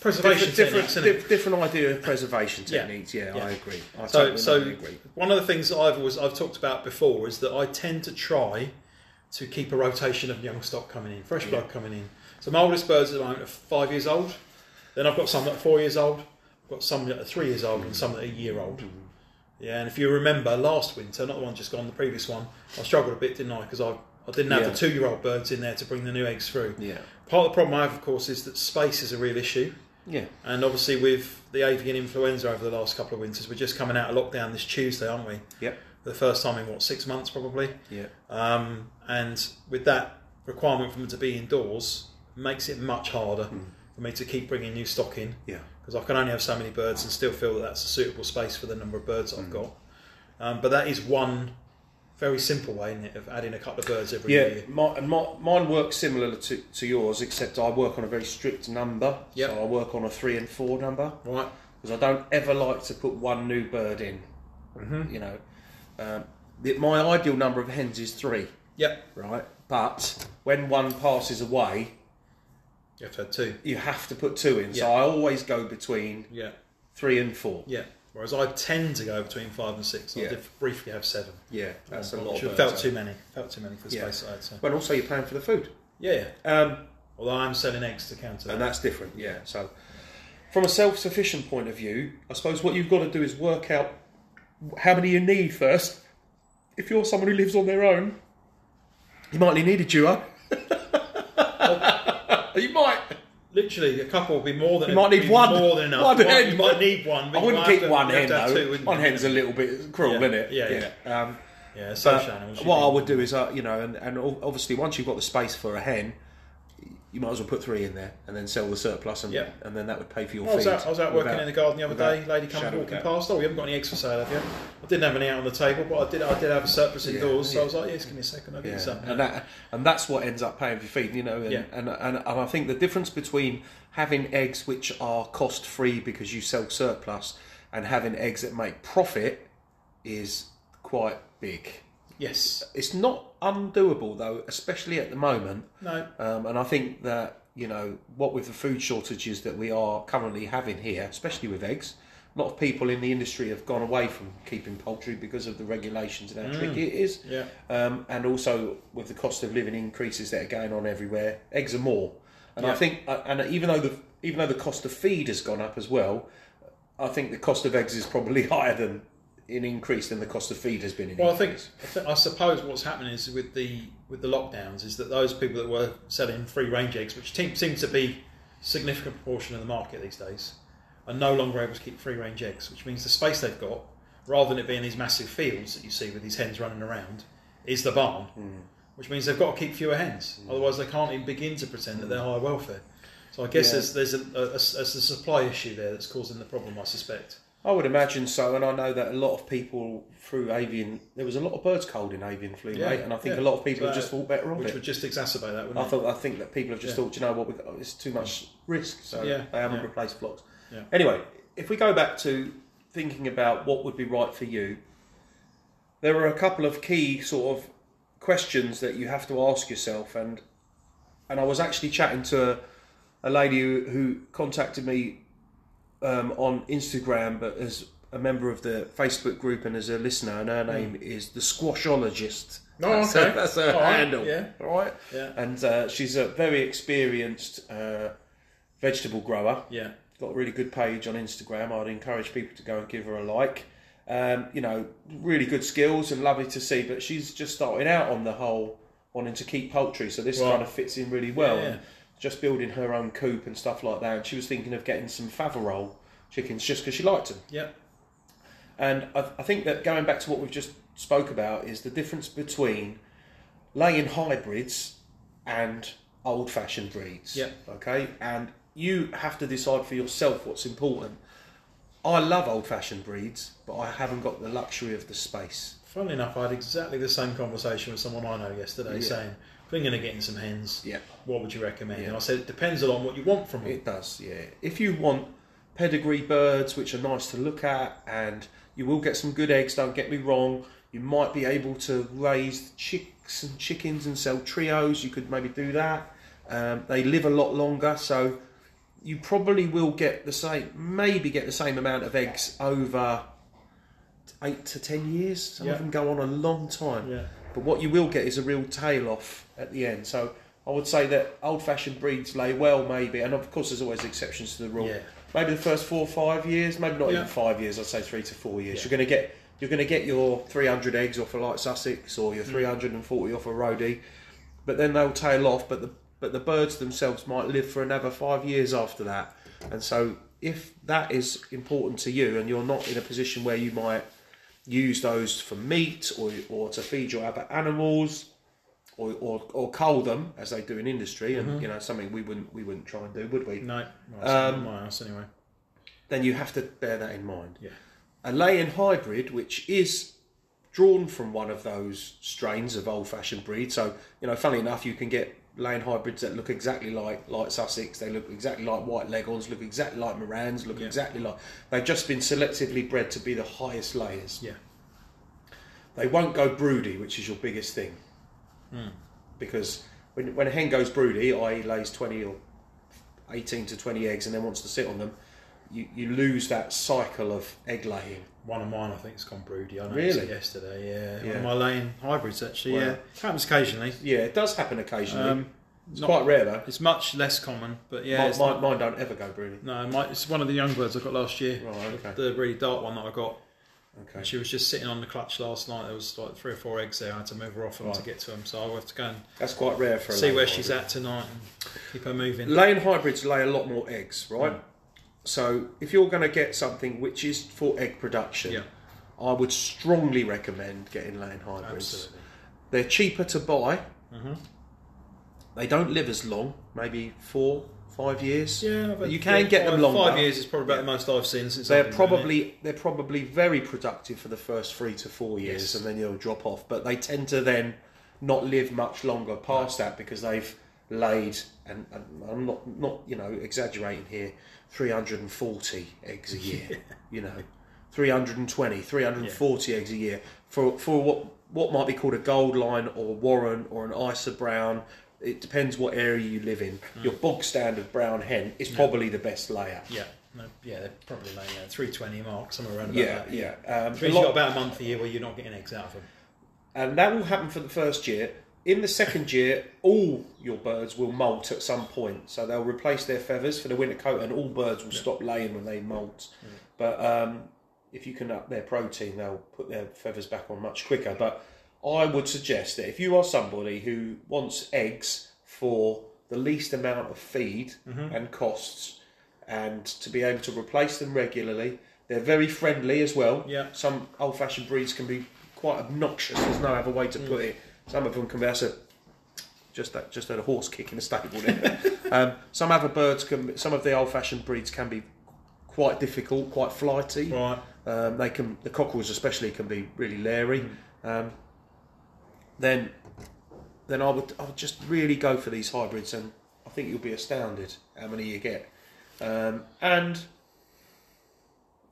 Preservation
different different,
techniques, innit?
dif- different idea of preservation
Yeah.
techniques. Yeah,
Yeah.
I agree. I
So,
totally
so
agree.
one of the things that I've always I've talked about before is that I tend to try to keep a rotation of young stock coming in, fresh blood coming in. So my oldest birds at the moment are five years old. Then I've got some that are four years old. I've got some that are three years old and some that are a year old.
Mm-hmm.
Yeah, and if you remember last winter, not the one just gone, the previous one, I struggled a bit, didn't I? Because I, I didn't have
Yeah.
the two-year-old birds in there to bring the new eggs through.
Yeah.
Part of the problem I have, of course, is that space is a real issue.
Yeah.
And obviously, with the avian influenza over the last couple of winters, we're just coming out of lockdown this Tuesday, aren't we?
Yep.
For the first time in what six months, probably.
Yeah.
Um, and with that requirement for them to be indoors, makes it much harder for me to keep bringing new stock in
Mm. Yeah.
because I can only have so many birds and still feel that that's a suitable space for the number of birds
Mm.
I've got. Um, but that is one very simple way, isn't it, of adding a couple of birds every
Yeah,
year.
my, and my, mine works similar to, to yours, except I work on a very strict number.
Yep.
So I work on a three and four number
Right?
because I don't ever like to put one new bird in. You know, um, the, my ideal number of hens is three,
Yep.
right? But when one passes away,
You have to have two.
you have to put two in. So
Yeah.
I always go between
Yeah.
three and four.
Yeah. Whereas I tend to go between five and six. I
Yeah.
did briefly have seven.
Yeah, that's a
Which
lot. Of birds,
felt
eh?
too many. Felt too many for the
Yeah.
space I had. So.
But also, you're paying for the food.
Yeah, yeah.
Um,
Although I'm selling eggs to counter that.
and that's different. Yeah. So, from a self-sufficient point of view, I suppose what you've got to do is work out how many you need first. If you're someone who lives on their own, you might only need a duo. you might.
Literally, a couple would be more than
You might need
be
one-
More than enough.
one
You might-
hen.
You might need one. But
I
you
wouldn't
might have
pick
to-
one
you'd have
hen
to have
though.
two, wouldn't
one
you?
hen's a little bit cruel,
Yeah.
isn't it?
Yeah, yeah.
Um,
Yeah, social animals. you
what I
think.
would do is, uh, you know, and, and ob- obviously once you've got the space for a hen, you might as well put three in there and then sell the surplus, and,
Yeah.
and then that would pay for your
I was
feed.
out, I was out working
without-
in the garden the other
without
day. Lady comes
shadow of
walking
doubt.
past. Oh, we haven't got any eggs for sale, have you? I didn't have any out on the table, but I did. I did have a surplus indoors, so I was like, "Yes, give me a second, I'll get you
Yeah.
something."
And that and that's what ends up paying for your feed, you know. And,
Yeah.
and, and and I think the difference between having eggs which are cost free because you sell surplus and having eggs that make profit is quite big.
yes.
It's not undoable though, especially at the moment.
No.
Um, and I think that you know what with the food shortages that we are currently having here, especially with eggs, a lot of people in the industry have gone away from keeping poultry because of the regulations and how tricky it is.
Mm. Yeah.
Um, and also with the cost of living increases that are going on everywhere, eggs are more. And I
Yeah.
think, uh, and even though the even though the cost of feed has gone up as well, I think the cost of eggs is probably higher than in increase than the cost of feed has been in.
Well, I think
increase.
I, th- I suppose what's happening is with the with the lockdowns is that those people that were selling free range eggs, which te- seem to be significant proportion of the market these days, are no longer able to keep free range eggs, which means the space they've got, rather than it being these massive fields that you see with these hens running around, is the barn,
Mm.
which means they've got to keep fewer hens. Otherwise, they can't even begin to pretend that they're high welfare. So I guess
Mm. Yeah.
there's there's a, a, a, a supply issue there that's causing the problem. I suspect.
I would imagine so, and I know that a lot of people through avian, there was a lot of birds cold in avian flu, mate, and I think
yeah.
a lot of people
But-
just thought better of
which
it.
would just exacerbate that. Wouldn't
I
it?
thought I think that people have just
Yeah.
thought, "Do you know what, we got, it's too much risk, so
Yeah,
they haven't
yeah.
replaced flocks.
Yeah.
Anyway, if we go back to thinking about what would be right for you, there are a couple of key sort of questions that you have to ask yourself, and and I was actually chatting to a, a lady who, who contacted me um, on Instagram, but as a member of the Facebook group and as a listener, and her name is the Squashologist.
Hmm. Oh,
that's
okay.
Her, that's her
All right,
handle.
yeah.
All right.
Yeah.
And uh, she's a very experienced uh, vegetable grower.
Yeah.
Got a really good page on Instagram. I'd encourage people to go and give her a like. Um, you know, really good skills and lovely to see. But she's just started out on the whole wanting to keep poultry, so this
Right.
kind of fits in really well.
Yeah, yeah.
And Just building her own coop and stuff like that. And she was thinking of getting some Faverol chickens just because she liked them.
Yep.
And I, I think that going back to what we've just spoke about is the difference between laying hybrids and old-fashioned breeds.
Yeah.
Okay, and you have to decide for yourself what's important. I love old-fashioned breeds, but I haven't got the luxury of the space.
Funnily enough, I had exactly the same conversation with someone I know yesterday
Yeah.
saying, if I'm going to get in some hens,
Yeah.
what would you recommend?
Yeah.
And I said, it depends a lot on what you want from them.
It does, yeah. If you want pedigree birds, which are nice to look at, and you will get some good eggs, don't get me wrong, you might be able to raise chicks and chickens and sell trios, you could maybe do that. Um, they live a lot longer, so you probably will get the same, maybe get the same amount of eggs over eight to ten years. Some
Yeah.
of them go on a long time.
Yeah.
But what you will get is a real tail off at the end. So I would say that old fashioned breeds lay well, maybe, and of course, there's always exceptions to the rule.
Yeah.
Maybe the first four or five years, maybe not
Yeah.
even five years. I'd say three to four years.
Yeah.
You're going to get you're going to get your 300 eggs off a light Sussex or your 340 off a roadie, but then they'll tail off. But the but the birds themselves might live for another five years after that, and so if that is important to you and you're not in a position where you might use those for meat or, or to feed your other animals or, or, or cull them as they do in industry and you know something we wouldn't we wouldn't try and do would we
No, well, um, my house anyway.
then you have to bear that in mind
Yeah.
a lay-in hybrid which is drawn from one of those strains of old-fashioned breed so you know funny enough you can get lay-in hybrids that look exactly like like sussex they look exactly like white leghorns look exactly like morans look exactly like they've just been selectively bred to be the highest layers
Yeah.
they won't go broody, which is your biggest thing.
Hmm.
Because when, when a hen goes broody, i.e., lays 20 or 18 to 20 eggs and then wants to sit on them, you, you lose that cycle of egg laying.
One of mine, I think, has gone broody. I noticed
Really?
it yesterday. Yeah.
Yeah.
One of my lane hybrids, actually.
Wow.
Yeah. Happens occasionally.
Yeah, it does happen occasionally.
Um,
it's
not-
quite rare though.
It's much less common, but yeah.
Mi-
it's
mi-
not-
mine don't ever go broody.
no, my, it's one of the young birds I got last year.
Right, okay.
The really dark one that I got.
Okay.
She was just sitting on the clutch last night. There was like three or four eggs there. I had to move her off them to
Right.
get to them. So I'll have to go and
That's quite rare for a
see
laying
where she's
hybrid.
at tonight and keep her moving.
Laying hybrids lay a lot more eggs,
Hmm.
right? So if you're going to get something which is for egg production,
Yeah.
I would strongly recommend getting laying hybrids.
Absolutely. Mm-hmm.
They're cheaper to buy. They don't live as long, maybe four, five years.
Yeah,
but
but
you can get them
long.
longer.
Five years is probably about the most I've seen since. I've
They're
been doing it.
probably they're probably very productive for the first three to four years,
Yes.
and then they'll drop off. But they tend to then not live much longer past that because they've laid and, and I'm not not you know exaggerating here, 340 eggs a year. You know, 320, 340 eggs a year for for what what might be called a gold line or warren or an isa brown. It depends what area you live in. Your bog standard brown hen is probably the best layer.
Yeah, no, yeah, they're probably like yeah, three twenty mark somewhere around. About
Yeah,
that.
yeah. Um,
Which means
a
you've
lot-
got about a month a year where you're not getting eggs out of them.
and that will happen for the first year. In the second year, all your birds will molt at some point, so they'll replace their feathers for the winter coat, and all birds will stop laying when they molt. But um, if you can up their protein, they'll put their feathers back on much quicker. But I would suggest that if you are somebody who wants eggs for the least amount of feed
Mm-hmm.
and costs, and to be able to replace them regularly, they're very friendly as well.
Yeah.
Some old-fashioned breeds can be quite obnoxious. There's no other way to put
Mm.
it. Some of them can be. That's a, just that, just had a horse kick in a stable there. um, some other birds can. Some of the old-fashioned breeds can be quite difficult, quite flighty.
Right.
Um, they can the cockerels especially can be really leery.
Mm.
Um, then, then I would I would just really go for these hybrids, and I think you'll be astounded how many you get. Um, and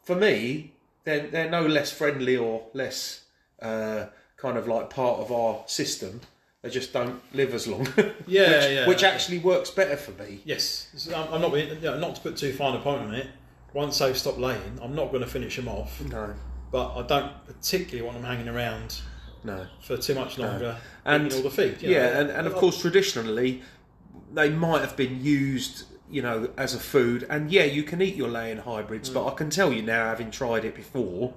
for me, they're they're no less friendly or less uh, kind of like part of our system. They just don't live as long.
Yeah,
which,
yeah.
Which actually works better for me.
Yes, So I'm, I'm not you know, not to put too fine a point on it. Once they've stopped laying, I'm not going to finish them off,
No,
but I don't particularly want them hanging around
no.
for too much longer.
And-
eating all the feed. you know.
yeah, and, and of course traditionally they might have been used you know as a Mm. food and yeah you can eat your laying hybrids but i can tell you now having tried it before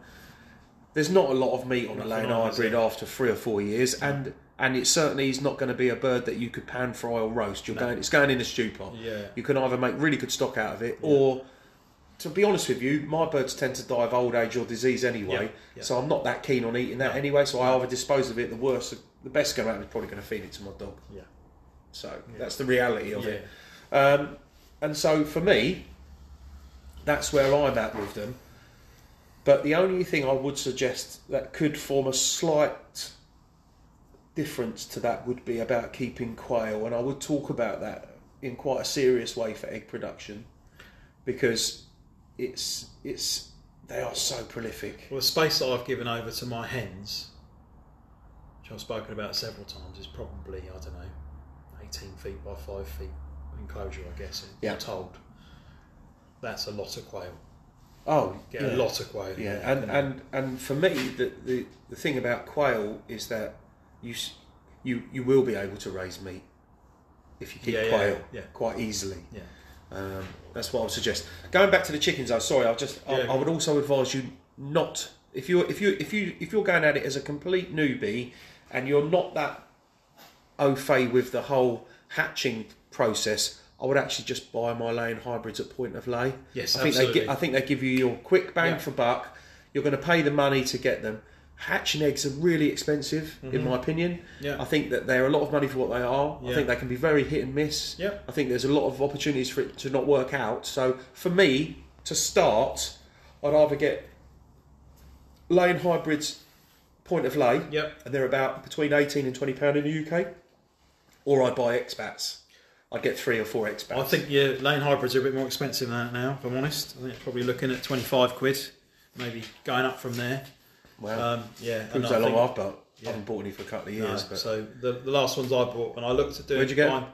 there's not a lot of meat on a Lane
on, is
hybrid after three or four years, and and it certainly is not going to be a bird that you could pan fry or roast. You're going, it's going in a stew pot.
Yeah.
you can either make really good stock out of it, or to be honest with you, my birds tend to die of old age or disease anyway.
Yeah, yeah.
So I'm not that keen on eating that anyway. So I either dispose of it. The worst, the best going out is probably going to feed it to my dog.
Yeah.
So that's the reality of
Yeah.
it. Um, and so for me, that's where I'm at with them. But the only thing I would suggest that could form a slight difference to that would be about keeping quail, and I would talk about that in quite a serious way for egg production because it's it's they are so prolific.
Well, the space that I've given over to my hens, which I've spoken about several times, is probably I don't know, eighteen feet by five feet enclosure, I guess. I'm
Yeah.
told that's a lot of quail.
Oh,
Get a lot of quail. in
Yeah,
there,
and,
you know.
and, and for me, the, the, the thing about quail is that you s- you you will be able to raise meat if you keep
Yeah, yeah,
quail
yeah.
quite easily.
yeah,
Um, that's what I would suggest. Going back to the chickens, though. Sorry, I'll just. I,
Yeah.
I would also advise you not if you if you if you if you're going at it as a complete newbie and you're not that au fait with the whole hatching process. I would actually just buy my laying hybrids at point of lay.
Yes,
I think they
absolutely.
get, I think they give you your quick bang
Yeah.
for buck. You're going to pay the money to get them. Hatching eggs are really expensive, in my opinion.
Mm-hmm. Yeah.
I think that they're a lot of money for what they are. I
Yeah.
think they can be very hit and miss.
Yeah.
I think there's a lot of opportunities for it to not work out. So for me to start, I'd either get laying hybrids point of lay,
Yep.
and they're about between eighteen and twenty pound in the UK, or I'd buy expats. I'd get three or four expats.
I think yeah, lane hybrids are a bit more expensive than that now. If I'm honest, I think it's probably looking at twenty five quid, maybe going up from there.
well,
Um, yeah, and
proves
I
how long
think-
I've bought.
yeah.
I haven't bought any for a couple of
No,
years. but
so the, the last ones I bought, and I looked at doing.
Where'd you get
buying-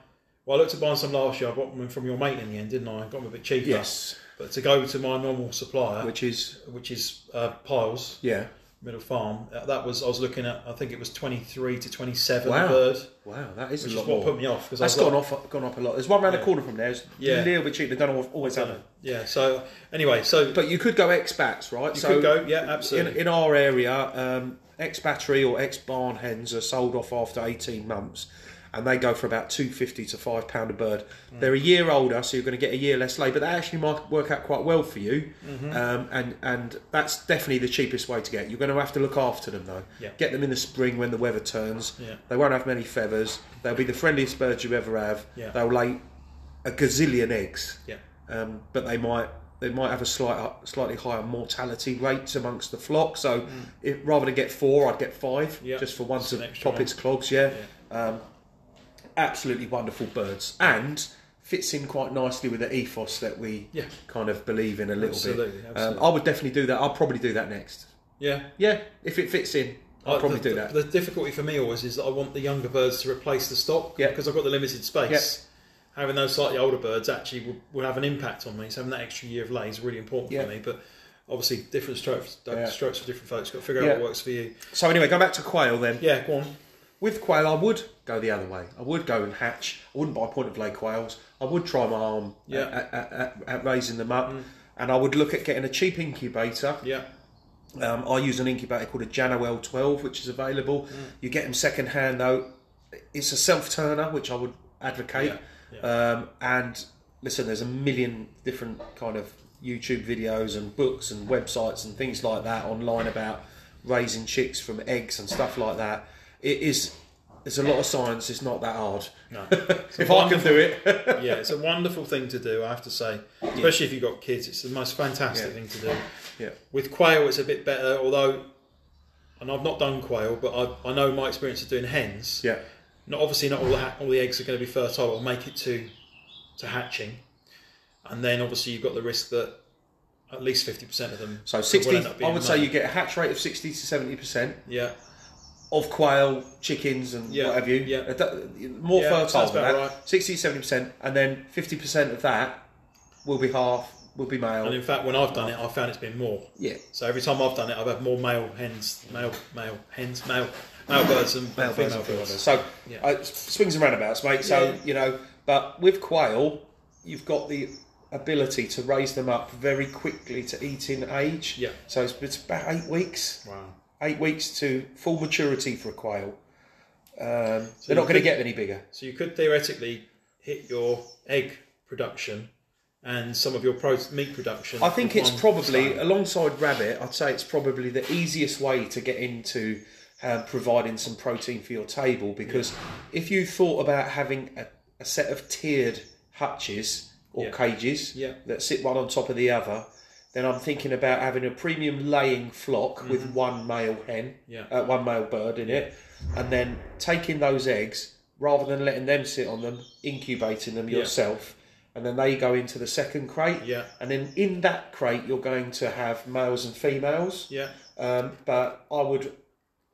well, I looked at buying some last year. I bought them from your mate in the end, didn't I? I got them a bit cheaper.
yes,
But to go to my normal supplier, which,
which is
is uh, Piles
yeah.
Middle Farm, uh, that was I was looking at. I think it was twenty three to twenty seven
Wow.
bird,
Wow, that is
which is
a lot
what
more.
put me off because
That's
I was
gone
like,
off, gone up a lot. There's one round the corner from there. It's
Yeah.
a little bit cheaper. They don't always have it.
Yeah. So anyway, so
But you could go expats, right?
you could go. Yeah, absolutely.
In, in our area, um, ex-battery or ex-barn hens are sold off after 18 months, and they go for about 250 to five pound a bird.
Mm.
They're a year older, so you're going to get a year less lay, but that actually might work out quite well for you.
Mm-hmm.
Um, and and that's definitely the cheapest way to get. You're going to have to look after them though.
Yeah.
Get them in the spring when the weather turns.
Yeah.
They won't have many feathers. They'll be the friendliest birds you ever have.
Yeah.
They'll lay a gazillion eggs
yeah.
um, but they might they might have a slight slightly higher mortality rates amongst the flock. So if, rather than get four, I'd get five
Mm. Yeah.
just for one
Just
to
an extra
pop its clogs. Yeah, Um, absolutely wonderful birds and fits in quite nicely with the ethos that we
Yeah.
kind of believe in a little
Absolutely,
bit.
absolutely.
Um, I would definitely do that. I'll probably do that next.
Yeah.
Yeah, if it fits in, I'll
Like,
probably
Uh, the,
do that.
The, the difficulty for me always is that I want the younger birds to replace the stock
Yeah.
because I've got the limited space. Having those slightly older birds actually will, will have an impact on me. So having that extra year of lay is really important
Yeah.
for me. But obviously, different strokes uh,
Yeah.
strokes for different folks. Got to figure out
Yeah.
what works for you.
so anyway, go back to quail then.
Yeah, go on.
With quail, I would go the other way. I would go and hatch. I wouldn't buy point of lay quails. I would try my arm
Yeah.
at, at, at, at raising them up. And I would look at getting a cheap incubator.
Yeah,
Um, I use an incubator called a Janoel 12, which is available.
Mm.
You get them second hand though. It's a self turner, which I would advocate.
Yeah,
Um, and listen, there's a million different kind of YouTube videos and books and websites and things like that online about raising chicks from eggs and stuff like that. It is. There's a lot of science. It's not that hard.
No.
if I can do it.
yeah. It's a wonderful thing to do. I have to say, especially if you've got kids, it's the most fantastic
Yeah.
thing to do.
yeah.
With quail, it's a bit better. Although, and I've not done quail, but I, I know my experience of doing hens.
Yeah.
not obviously not all the, ha- all the eggs are going to be fertile or make it to to hatching, and then obviously you've got the risk that at least fifty percent of them.
So
will
60.
end up
I
being
would say
male.
you get a hatch rate of 60 to 70 percent.
yeah
of quail, chickens, and
Yeah,
what have you.
yeah.
Uh, that- More
Yeah,
fertile
sounds
than
about
that.
right.
60 70 percent, and then fifty percent of that will be half will be
And
male.
in fact, when I've done it, I've found it's been more.
Yeah,
So every time I've done it, I've had more male hens, male male hens, male male birds and
male birds
female
and female birds.
birds.
So
Yeah.
uh, s- swings and roundabouts, mate. So
Yeah.
you know, but with quail, you've got the ability to raise them up very quickly to eating age.
Yeah.
So it's, it's about eight weeks,
Wow.
eight weeks to full maturity for a quail. Um, they're
you
not going to
could-
get any bigger.
So you could theoretically hit your egg production and some of your pro- meat production.
I think
with
it's
one
probably
stone.
alongside rabbit. I'd say it's probably the easiest way to get into uh, providing some protein for your table because if you thought about having a, a set of tiered hutches or
Yeah.
cages
Yeah.
that sit one on top of the other, then I'm thinking about having a premium laying flock with one male hen,
Mm-hmm. Yeah.
uh, one male bird in it, and then taking those eggs rather than letting them sit on them, incubating them yourself. And then they go into the second crate,
Yeah.
and then in that crate, you're going to have males and females.
Yeah.
Um, but I would,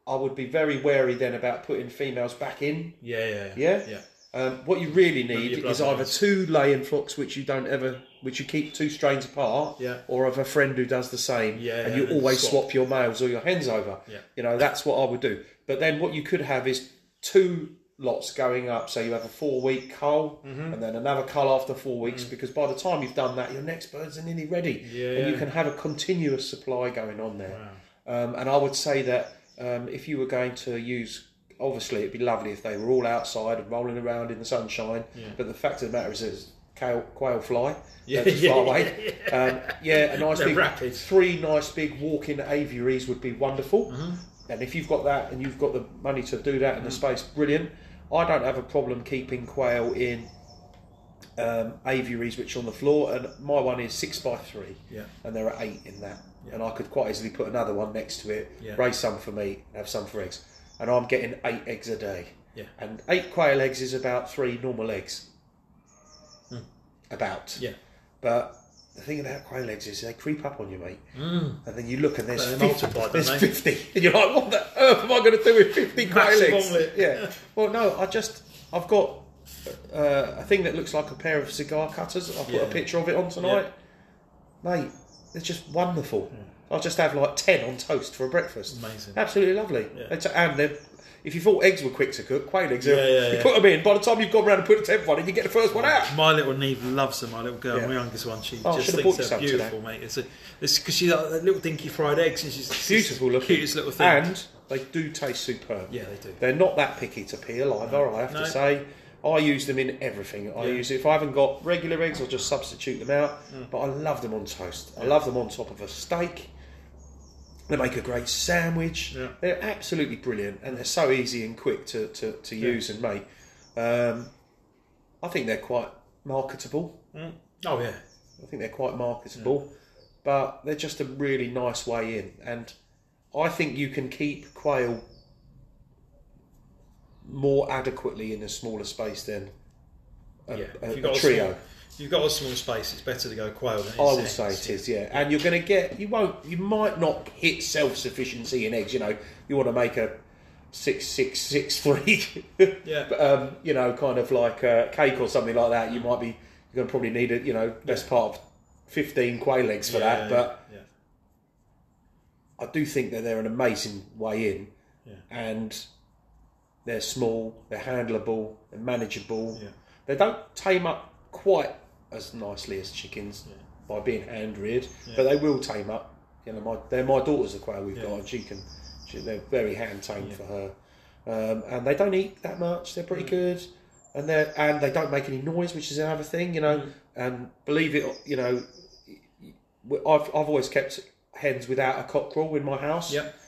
I would be very wary then about putting females back in.
Yeah, yeah, yeah.
Yeah?
Yeah.
Um, what you really
your
need
blood
is either
lines.
two laying flocks, which you don't ever, which you keep two strains apart,
Yeah.
or of a friend who does the same,
Yeah,
and
yeah,
you
and
always
swap.
swap. your males or your hens over.
Yeah.
You know that's what I would do. But then what you could have is two lots going up, so you have a four week cull,
Mm-hmm.
and then another cull after four weeks, because by the time you've done that, your next birds are nearly ready,
Mm. Yeah,
and you
yeah.
can have a continuous supply going on there. Um, and I would say that um, if you were going to use, obviously it'd be lovely if they were all outside and rolling around in the sunshine. But the fact of the matter is, it's quail, quail fly. Yeah, just
yeah,
far away. Um, yeah, a nice
They're
big
rapid.
three nice big walking aviaries would be wonderful.
Mm-hmm.
And if you've got that and you've got the money to do that and the space, brilliant. I don't have a problem keeping quail in um, aviaries which are on the floor, and my one is six by three,
Yeah.
and there are eight in that, and I could quite easily put another one next to it,
Yeah.
raise some for meat, and have some for eggs, and I'm getting eight eggs a day,
Yeah.
and eight quail eggs is about three normal eggs, about,
Hmm. Yeah.
but the thing about quail eggs is they creep up on you, mate.
Mm.
And then you look and there's
They
50,
multiply, don't
there's
they?
50. And you're like, what the earth am I going to do with 50 quail
Massive
eggs?
omelette.
Yeah. Well, no, I just, I've got uh, a thing that looks like a pair of cigar cutters. I put a
Yeah.
picture of it on tonight. Mate, they're just wonderful. I'll just have like 10 on toast for breakfast.
Amazing.
Absolutely lovely.
Yeah.
And, to, and they're, if you thought eggs were quick to cook, quail eggs, are,
Yeah, yeah,
you
yeah.
put them in. By the time you've gone round and put the 10th one in, you get the first one out.
My little Neve loves them. My little girl,
Yeah.
my youngest one, she
Oh, I
just
should've
thinks
bought you
they're
some today.
beautiful, mate. It's a, it's because she's like, little dinky fried eggs, and she's it's
beautiful
the
looking,
cutest little thing.
and they do taste superb.
yeah, they do.
They're not that picky to peel either. I have
No.
to say, I use them in everything. I
Yeah. Mm.
use if I haven't got regular eggs, I'll just substitute them out. But I love them on toast. I love them on top of a steak. They make a great sandwich.
Yeah.
They're absolutely brilliant, and they're so easy and quick to to, to use and make. Um, I think they're quite marketable.
Oh yeah,
I think they're quite marketable, but they're just a really nice way in. And I think you can keep quail more adequately in a smaller space than a,
yeah.
a-
If you've
a
got
trio.
A small, if you've got a small space. It's better to go quail than it
I
is
would say
eggs,
it is, yeah. And you're going to get, you won't, you might not hit self sufficiency in eggs. You know, you want to make a six, six, six, three,
Yeah.
um, you know, kind of like a cake or something like that. You might be, you're going to probably need a, you know, best part of 15 quail eggs for
Yeah,
that.
yeah,
But
yeah.
I do think that they're an amazing way in,
Yeah.
and they're small, they're handleable, they're manageable.
Yeah.
They don't tame up quite as nicely as chickens by being hand reared, but they will tame up. You know, my they're my daughter's the quail we've got, and she can. She, they're very hand tamed for her, um, and they don't eat that much. They're pretty
Mm.
good, and they and they don't make any noise, which is another thing. You
Mm.
know, and believe it, you know, I've I've always kept hens without a cockerel in my house.
Yep.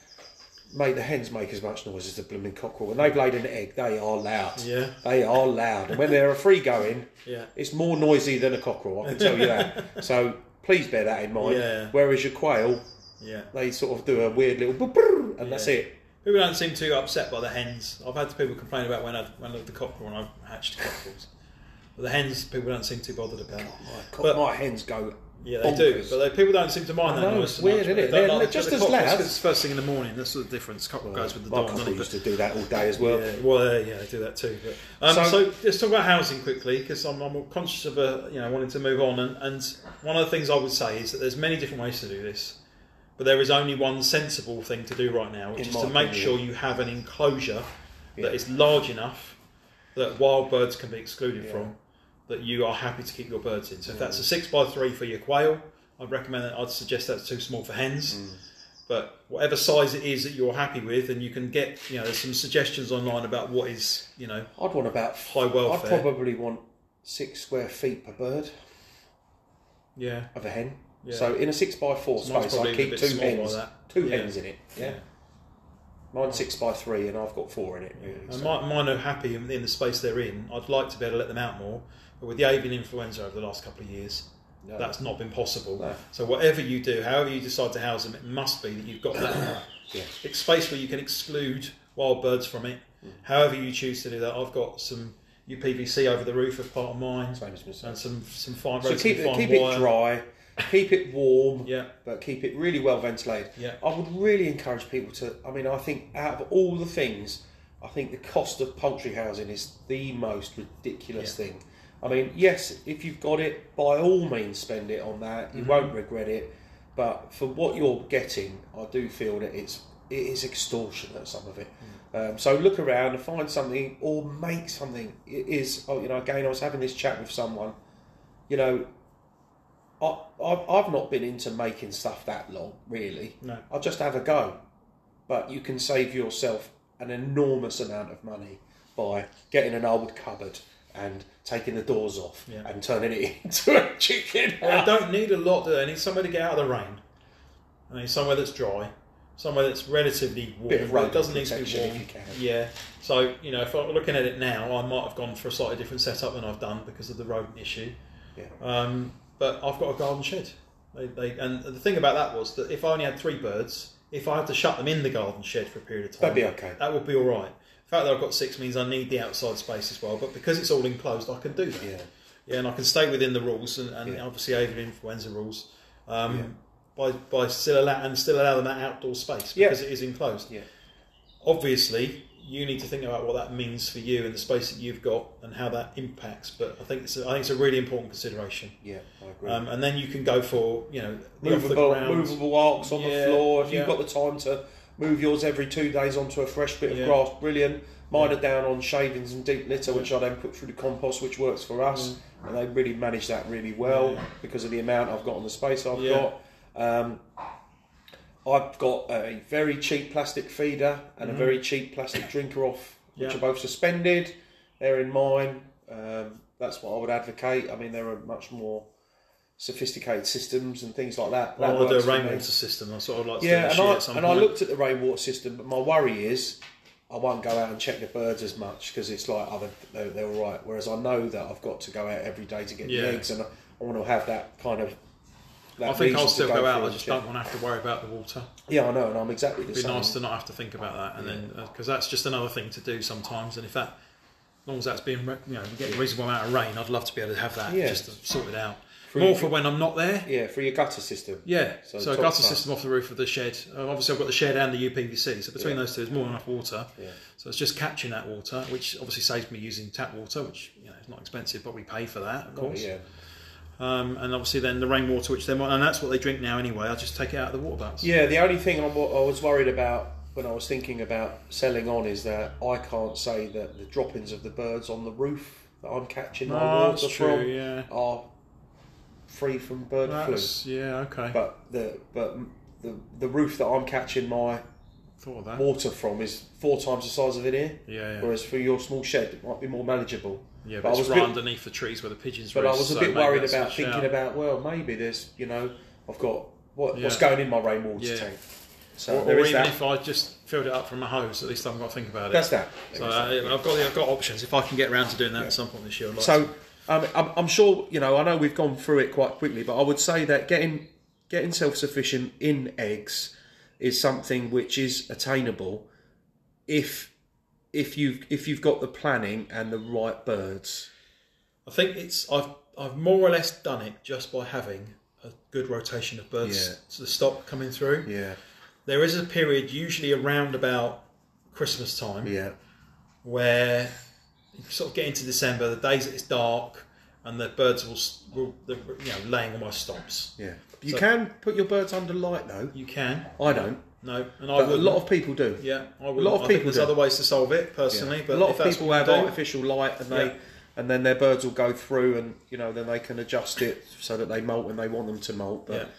Mate, the hens make as much noise as the blooming cockerel. When they've laid an egg, they are loud.
Yeah.
They are loud. And when they're a free going,
Yeah.
it's more noisy than a cockerel, I can tell you that. so please bear that in mind.
Yeah.
Whereas your quail,
Yeah.
they sort of do a weird little brr, brr, and that's
Yeah.
it.
People don't seem too upset by the hens. I've had people complain about when I when I- the cockerel and I hatched cockerels. But the hens, people don't seem too bothered about.
My, co-
But-
my hens go.
Yeah, they do,
bonkers.
but they, people don't seem to mind
I
that
know,
noise.
it's
so
weird,
much,
isn't
but
it?
they don't
They're
like the-
just
the
as
cock-
loud.
it's 'cause it's first thing in the morning. That's the difference. Cock goes with the
My
dawn. doesn't
cockerel
it?
used to do that all day as well.
Yeah, well, uh, yeah, they do that too. But um, so,
So-
let's talk about housing quickly because I'm, I'm conscious of uh, you know wanting to move on. And, and one of the things I would say is that there's many different ways to do this, but there is only one sensible thing to do right now, which
In
is
my
to make
opinion.
sure you have an enclosure that is large enough that wild birds can be excluded from, that you are happy to keep your birds in. So if
Mm.
that's a six by three for your quail, I'd recommend that. I'd suggest that's too small for hens.
Mm.
But whatever size it is that you're happy with, and you can get, you know, there's some suggestions online about what is, you know,
I'd want about
High welfare.
I'd probably want six square feet per bird
yeah,
of a hen.
Yeah.
So in a six by four
mine's
space, I
probably a
keep
bit
two
small like
hens,
that.
two
Yeah.
hens in it. Yeah. Mine's six by three, and I've got four in it. Really,
And
so-
mine, mine are happy in, in the space they're in. I'd like to be able to let them out more, but with the avian influenza over the last couple of years,
No.
that's not been possible.
No.
So whatever you do, however you decide to house them, it must be that you've got that
Yeah.
ex- space where you can exclude wild birds from it.
Mm.
However you choose to do that, I've got some UPVC over the roof of part of mine,
Same as myself.
and some some fine
So
roasted
keep it,
fine
keep
wire.
it dry, keep it warm,
Yeah.
but keep it really well ventilated.
Yeah.
I would really encourage people to. I mean, I think out of all the things, I think the cost of poultry housing is the most ridiculous thing. I mean, yes, if you've got it, by all means spend it on that. You won't regret it. But for what you're getting, I do feel that it's it is extortionate some of it. Um, so look around and find something or make something. It is. Oh, you know, again, I was having this chat with someone. You know, I, I've, I've not been into making stuff that long, really.
No.
I'll just have a go. But you can save yourself an enormous amount of money by getting an old cupboard and taking the doors off
Yeah.
and turning it into a chicken
I
house.
don't need a lot. Do they? I need somewhere to get out of the rain. I need somewhere that's dry, somewhere that's relatively warm.
Bit of
but
rodent
it doesn't need to be
protection if
warm.
you can.
Yeah. So you know, if I'm looking at it now, I might have gone for a slightly different setup than I've done because of the rodent issue.
Yeah.
Um, but I've got a garden shed. They, they, and the thing about that was that if I only had three birds, if I had to shut them in the garden shed for a period of time,
That'd be okay.
That would be all right. The fact that I've got six means I need the outside space as well. But because it's all enclosed, I can do that.
Yeah.
Yeah, and I can stay within the rules and, and
Yeah.
obviously avian influenza rules um, by by still allow and still allow them that outdoor space because
Yeah.
it is enclosed.
Yeah.
Obviously, you need to think about what that means for you and the space that you've got and how that impacts. But I think it's a, I think it's a really important consideration.
Yeah, I agree.
Um, and then you can go for you know the off the
movable,
ground.
movable arcs on
Yeah,
the floor. If
yeah.
you've got the time to move yours every two days onto a fresh bit of
Yeah.
grass, brilliant. Mine are down on shavings and deep litter, which I then put through the compost, which works for us. And they really manage that really well
Mm. Yeah.
because of the amount I've got and the space I've
Yeah.
got. Um, I've got a very cheap plastic feeder and a very cheap plastic drinker off, which
Mm. Yeah.
are both suspended. They're in mine. Um, that's what I would advocate. I mean, there are much more sophisticated systems and things like that.
I
That
want to
works
do
for
a
me.
rainwater system. That's what I'd like to do
Yeah,
this
and,
year
I,
at some
and I
point.
looked at the rainwater system, but my worry is I won't go out and check the birds as much because it's like other they're, they're all right. Whereas I know that I've got to go out every day to get
Yeah.
the eggs, and I, I want to have that kind of. That
I think
reason
I'll
to
still go,
for
out. I
and
just
check.
don't want to have to worry about the water.
Yeah, I know, and I'm exactly the
It'd be
same.
nice to not have to think about that, and then because that's just another thing to do sometimes. And if that, as long as that's being, re- you know, we get a reasonable amount of rain, I'd love to be able to have that
Yeah.
just to sort it out.
For
More
you-
for when I'm not there.
Yeah, for your gutter system.
Yeah. So, I
top
got a
class.
system off the roof of the shed. Uh, obviously, I've got the shed and the UPVC, so between
Yeah.
those two, there's more than enough water.
Yeah.
So it's just catching that water, which obviously saves me using tap water, which you know is not expensive, but we pay for that, of
Oh,
course.
yeah.
Um, and obviously, then the rainwater, which they might, and that's what they drink now anyway. I just take it out of the water butts.
Yeah, the only thing I'm, I was worried about when I was thinking about selling on is that I can't say that the droppings of the birds on the roof that I'm catching my
Oh,
water
that's true.
from
yeah.
are free from bird flu.
That's, yeah. Okay.
But the but the, the roof that I'm catching my
Thought of that.
water from is four times the size of it here.
Yeah, yeah.
Whereas for your small shed, it might be more manageable.
yeah but,
but I
it's
was a
right
bit-
underneath the trees where the pigeons
But I
roost,
was a
so
bit
maybe
worried
that's
about
a
thinking
shout.
about well, maybe there's you know I've got what, what's
Yeah.
going in my rainwater
Yeah.
tank. So
Or,
there
or
is
even
that.
if I just filled it up from a hose, at least I haven't got to think about it.
That's that.
so uh, I've got I've got options. If I can get around to doing that at some point this year, I'd like
So
to.
um, I'm, I'm sure you know. I know we've gone through it quite quickly, but I would say that getting getting self sufficient in eggs is something which is attainable if if you if you've got the planning and the right birds.
I think it's I've I've more or less done it just by having a good rotation of birds
Yeah.
to the stock coming through.
Yeah,
There is a period usually around about Christmas time
yeah,
where you sort of get into December, the days that it's dark, and the birds will s- will the, you know laying almost stops.
yeah. You
So-
can put your birds under light though.
You can.
I don't,
No, and I
but
would
a lot of people do.
yeah, I would.
lot of
I think
people
there's
do.
other ways to solve it personally, but
a lot
if
of
that's
people
what
have
you do,
artificial light and they
Yeah.
and then their birds will go through, and you know, then they can adjust it so that they molt when they want them to molt. But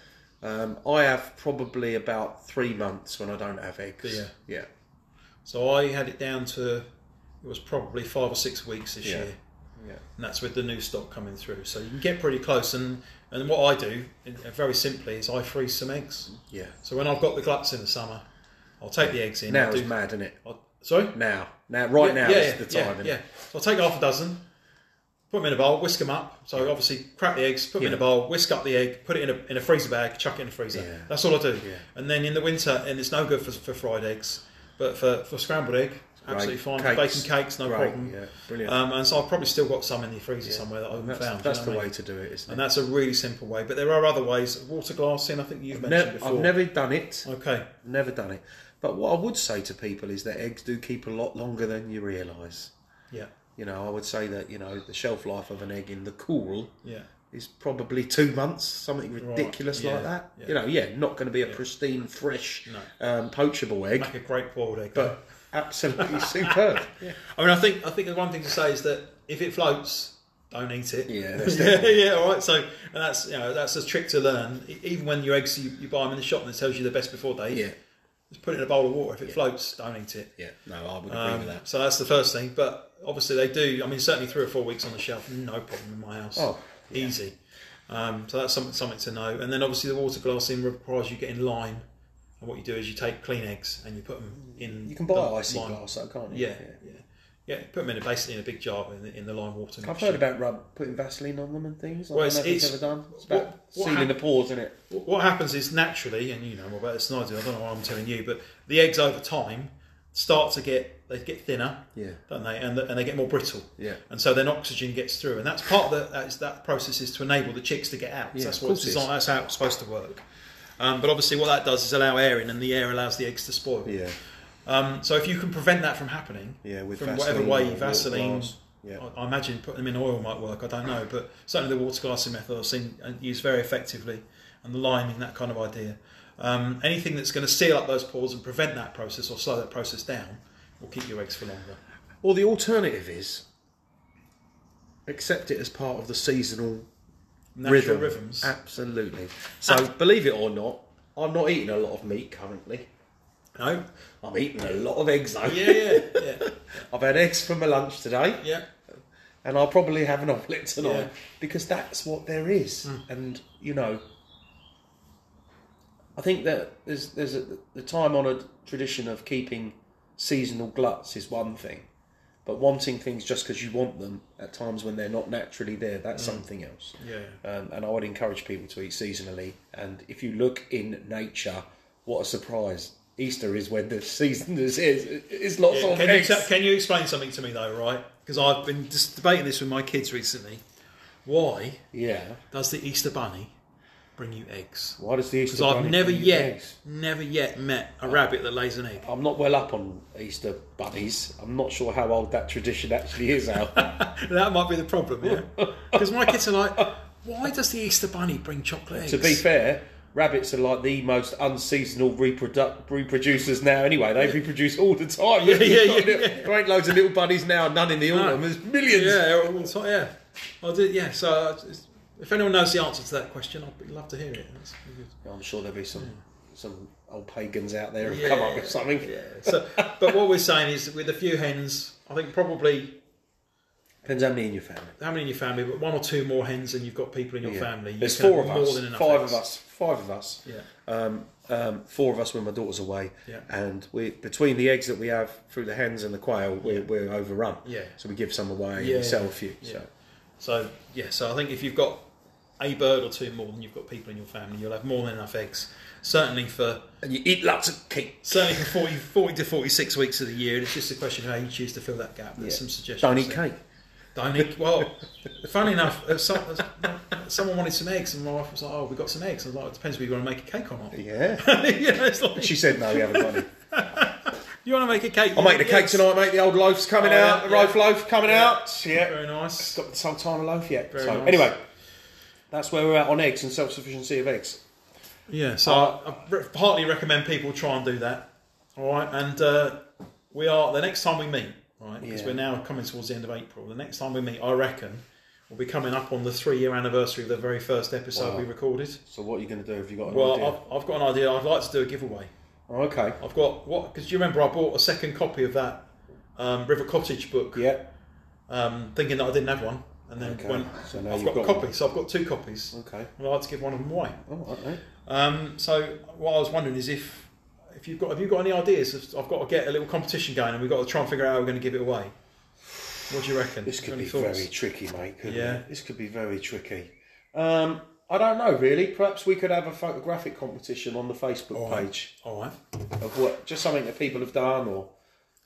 um, I have probably about three months when I don't have eggs.
Yeah.
yeah.
So I had it down to it was probably five or six weeks this
Yeah.
year.
Yeah.
And that's with the new stock coming through. So you can get pretty close. And, and what I do, in- very simply, is I freeze some eggs.
Yeah.
So when I've got the gluts in the summer, I'll take the eggs in.
Now
I'll
it's
do,
mad, isn't it?
I'll, sorry?
Now, now, right now is the
yeah,
time. innit?
Yeah, So I'll take half a dozen, put them in a bowl, whisk them up. So obviously, crack the eggs, put them in a bowl, whisk up the egg, put it in a, in a freezer bag, chuck it in the freezer.
Yeah.
That's all I do. And then in the winter, and it's no good for, for fried eggs, but for, for scrambled egg, absolutely
Great.
fine. For
Cakes.
Baking cakes, no
Great,
problem.
yeah, brilliant.
Um, and so I've probably still got some in the freezer somewhere that I haven't
That's,
found.
that's
you know what
the
I
way
mean?
to do it, isn't
And
it?
that's a really simple way, but there are other ways. Water glassing, I think you've mentioned
Ne-
before.
I've never done it.
Okay.
I've never done it. But what I would say to people is that eggs do keep a lot longer than you realise.
Yeah.
You know, I would say that you know the shelf life of an egg in the cool
Yeah.
is probably two months, something ridiculous
yeah,
like that.
yeah.
You know, yeah, not going to be a pristine, fresh, um, poachable egg,
Make a great boiled egg.
but absolutely superb. Yeah,
I mean, I think I think the one thing to say is that if it floats, don't eat it.
Yeah, that's
yeah, yeah. All right. So, and that's you know that's a trick to learn. E- Even when your eggs you, you buy them in the shop and it tells you the best before date,
yeah,
just put it in a bowl of water. If it floats, don't eat it.
yeah. No, I would agree
Um,
with that.
so that's the first thing. But obviously they do. I mean, certainly three or four weeks on the shelf, no problem in my house.
Oh,
easy. Um, so that's something something to know. And then obviously the water glassing requires you getting lime. And what you do is you take clean eggs and you put them in.
You can buy
the
icy
lime.
glass, though, can't you?
Yeah, yeah, yeah. Put them in a, basically in a big jar in the, in the lime water.
I've
mixture.
heard about rub putting Vaseline on them and things. I
Well,
don't know
it's-
if it's,
it's-
ever done. It's
what-
about
what
sealing
hap-
the pores, isn't it?
Wh- What happens is naturally, and you know more about this than I do. I don't know why I'm telling you, but the eggs over time start to get they get thinner,
Yeah.
don't they? And and they get more brittle.
Yeah.
And so then oxygen gets through, and that's part of the, that's, that process is to enable the chicks to get out. So that's
of
what it's
course it is.
designed. That's how it's supposed to work. Um, but obviously, what that does is allow air in, and the air allows the eggs to spoil.
Yeah,
Um, so if you can prevent that from happening,
yeah. With
from
Vaseline
whatever
or
way
water
Vaseline,
glass. Yeah.
I, I imagine putting them in oil might work. I don't know, but certainly the water glassing method I've seen and used very effectively, and the liming that kind of idea. Um, anything that's going to seal up those pores and prevent that process or slow that process down will keep your eggs for longer.
Or the alternative is accept it as part of the seasonal
Natural
rhythm. Uh,
rhythms. Ah.
Absolutely. So believe it or not, I'm not eating a lot of meat currently.
No.
I'm eating a lot of eggs though.
Yeah, yeah, yeah,
I've had eggs for my lunch today,
yeah.
and I'll probably have an omelette tonight
Yeah. Hmm.
because that's what there is. And you know, I think that there's there's a, the time honoured tradition of keeping seasonal gluts is one thing, but wanting things just because you want them at times when they're not naturally there that's
Hmm.
something else.
Yeah.
Um, and I would encourage people to eat seasonally. And if you look in nature, what a surprise! Easter is when the season is. is It's lots of
Can you,
eggs.
exa- can you explain something to me though, right? Because I've been just debating this with my kids recently. Why
yeah.
does the Easter Bunny bring you eggs?
Why does the Easter?
Because I've
bunny
never
bring you
yet,
eggs?
never yet met a rabbit that lays an egg.
I'm not well up on Easter bunnies. I'm not sure how old that tradition actually is. Al.
That might be the problem, yeah. Because my kids are like, why does the Easter Bunny bring chocolate eggs?
to be fair, rabbits are like the most unseasonal reprodu- reproducers now. Anyway, they reproduce all the time. Yeah,
yeah, yeah,
There ain't loads of little bunnies now. None in the autumn. There's millions.
yeah, all the time, yeah. I did, yeah. So uh, it's- if anyone knows the answer to that question, I'd be- love to hear it. That's pretty good.
I'm sure there'll be some some old pagans out there who've
Yeah,
come up with something.
Yeah. So, but what we're saying is, with a few hens, I think probably
Depends how many in your family.
how many in your family, but one or two more hens, and you've got people in your
Yeah.
family. You
There's
can
four
have
of
more
us.
than enough
Five
eggs.
of us. Five of us.
Yeah.
um, um, four of us when my daughter's away,
Yeah.
and we between the eggs that we have through the hens and the quail, we're, we're overrun.
Yeah.
So we give some away
Yeah,
and sell
yeah,
a few.
yeah.
So
So yeah, so I think if you've got a bird or two more than you've got people in your family, you'll have more than enough eggs. Certainly for
and you eat lots of cake.
certainly for 40, 40 to forty six weeks of the year. It's just a question of how you choose to fill that gap. There's
Yeah.
some suggestions.
Don't eat
there.
cake.
Don't eat. Well, funny enough, uh, some, someone wanted some eggs, and my wife was like, "Oh, we got some eggs." I was like, "It depends whether you want to make a cake or not."
Yeah.
you know, it's like,
she said no, we haven't got any.
you want to make a cake?
I'll make the cake tonight, mate. The old loaf's coming
Oh, yeah,
out. The roast
yeah.
loaf coming
Yeah.
out. Yeah.
Very nice.
Got this old time loaf yet.
Very
so
nice.
anyway, that's where we're at on eggs and self sufficiency of eggs.
Yeah, so I, I re- heartily recommend people try and do that. All right, and uh, we are the next time we meet, right? Because
Yeah.
we're now coming towards the end of April. The next time we meet, I reckon, we'll be coming up on the three-year anniversary of the very first episode
Wow. Oh,
we recorded.
So what are you going to do? Have you got an
Well,
idea?
I've, I've got an idea. I'd like to do a giveaway.
Oh, okay.
I've got what? Because you remember I bought a second copy of that um, River Cottage book,
Yeah.
um, thinking that I didn't have one, and then
Okay.
when
So now
I've
you've
got,
got
a copy, so I've got two copies.
Okay.
I'd like to give one of them away.
Oh, all right, mate.
Um, so what I was wondering is if if you've got have you got any ideas? If- I've got to get a little competition going, and we've got to try and figure out how we're going to give it away. What do you reckon?
This could
Any
be
thoughts?
very tricky, mate. Couldn't
Yeah.
It? This could be very tricky. Um, I don't know, really. Perhaps we could have a photographic competition on the Facebook
right.
page
All right.
of what just something that people have done, or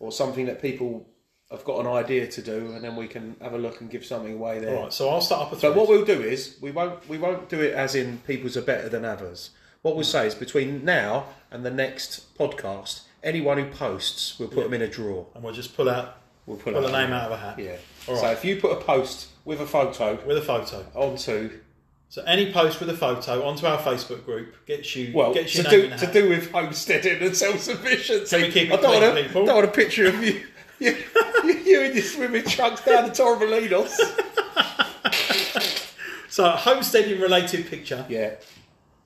or something that people have got an idea to do, and then we can have a look and give something away there.
All right. So I'll start up a
But
thread.
what we'll do is we won't we won't do it as in people's are better than others. What
Mm.
we'll say is between now and the next podcast, anyone who posts, we'll put them in a drawer.
and we'll just pull out
We'll put,
pull a
out-
name out of a hat.
Yeah.
All
So
right.
if you put a post with a photo
With a photo.
onto
So any post with a photo onto our Facebook group gets you
well
gets
to
your name
do
in a
to
hat.
do with homesteading and self sufficiency.
we keep it
I don't
clean,
want, a,
people?
don't want a picture of you you, you, you in your swimming trunks down the Torremolinos.
So a homesteading related picture,
yeah.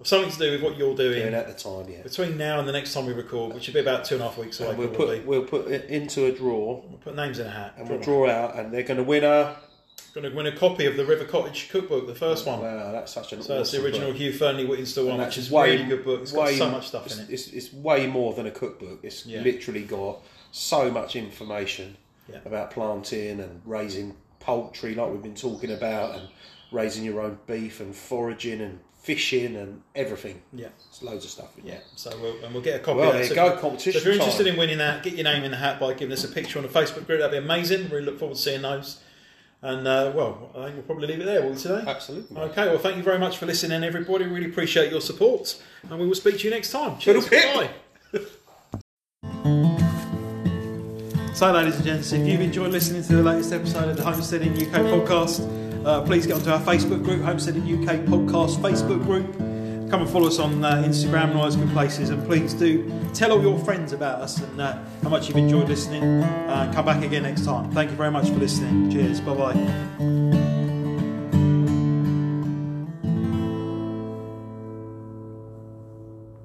something to do with what you're doing
And at the time, yeah.
between now and the next time we record, which would be about two and a half weeks away.
We'll
probably.
put we'll put it into a drawer
We'll put names in a hat.
and we'll draw out and they're gonna win a
Going to win a copy of the River Cottage cookbook, the first one.
Wow, that's such an
So that's the
awesome
original
book.
Hugh Fernley Whittingstall one,
That's
which is
way-
really good book. It's got
way-
so much stuff
it's,
in it.
It's, it's way more than a cookbook. It's
Yeah.
literally got so much information
Yeah.
about planting and raising poultry, like we've been talking about, and raising your own beef and foraging and fishing and everything.
Yeah.
It's loads of stuff in
Yeah,
there.
so we'll, and we'll get a copy.
Well,
of that.
there you
So if
go,
you-
competition
So if you're interested
time.
in winning that, get your name in the hat by giving us a picture on the Facebook group. That'd be amazing. We look forward to seeing those. And uh, well, I think we'll probably leave it there, will we
Uh,
today?
Absolutely. mate.
Okay, well, thank you very much for listening, everybody. Really appreciate your support, and we will speak to you next time. Cheers.
Toodle-pip.
Bye. So, ladies and gents, if you've enjoyed listening to the latest episode of the Homesteading UK podcast, uh, please get onto our Facebook group, Homesteading UK Podcast Facebook group. Come and follow us on uh, Instagram and all those good places, and please do tell all your friends about us and uh, how much you've enjoyed listening. Uh, come back again next time. Thank you very much for listening. Cheers. Bye bye.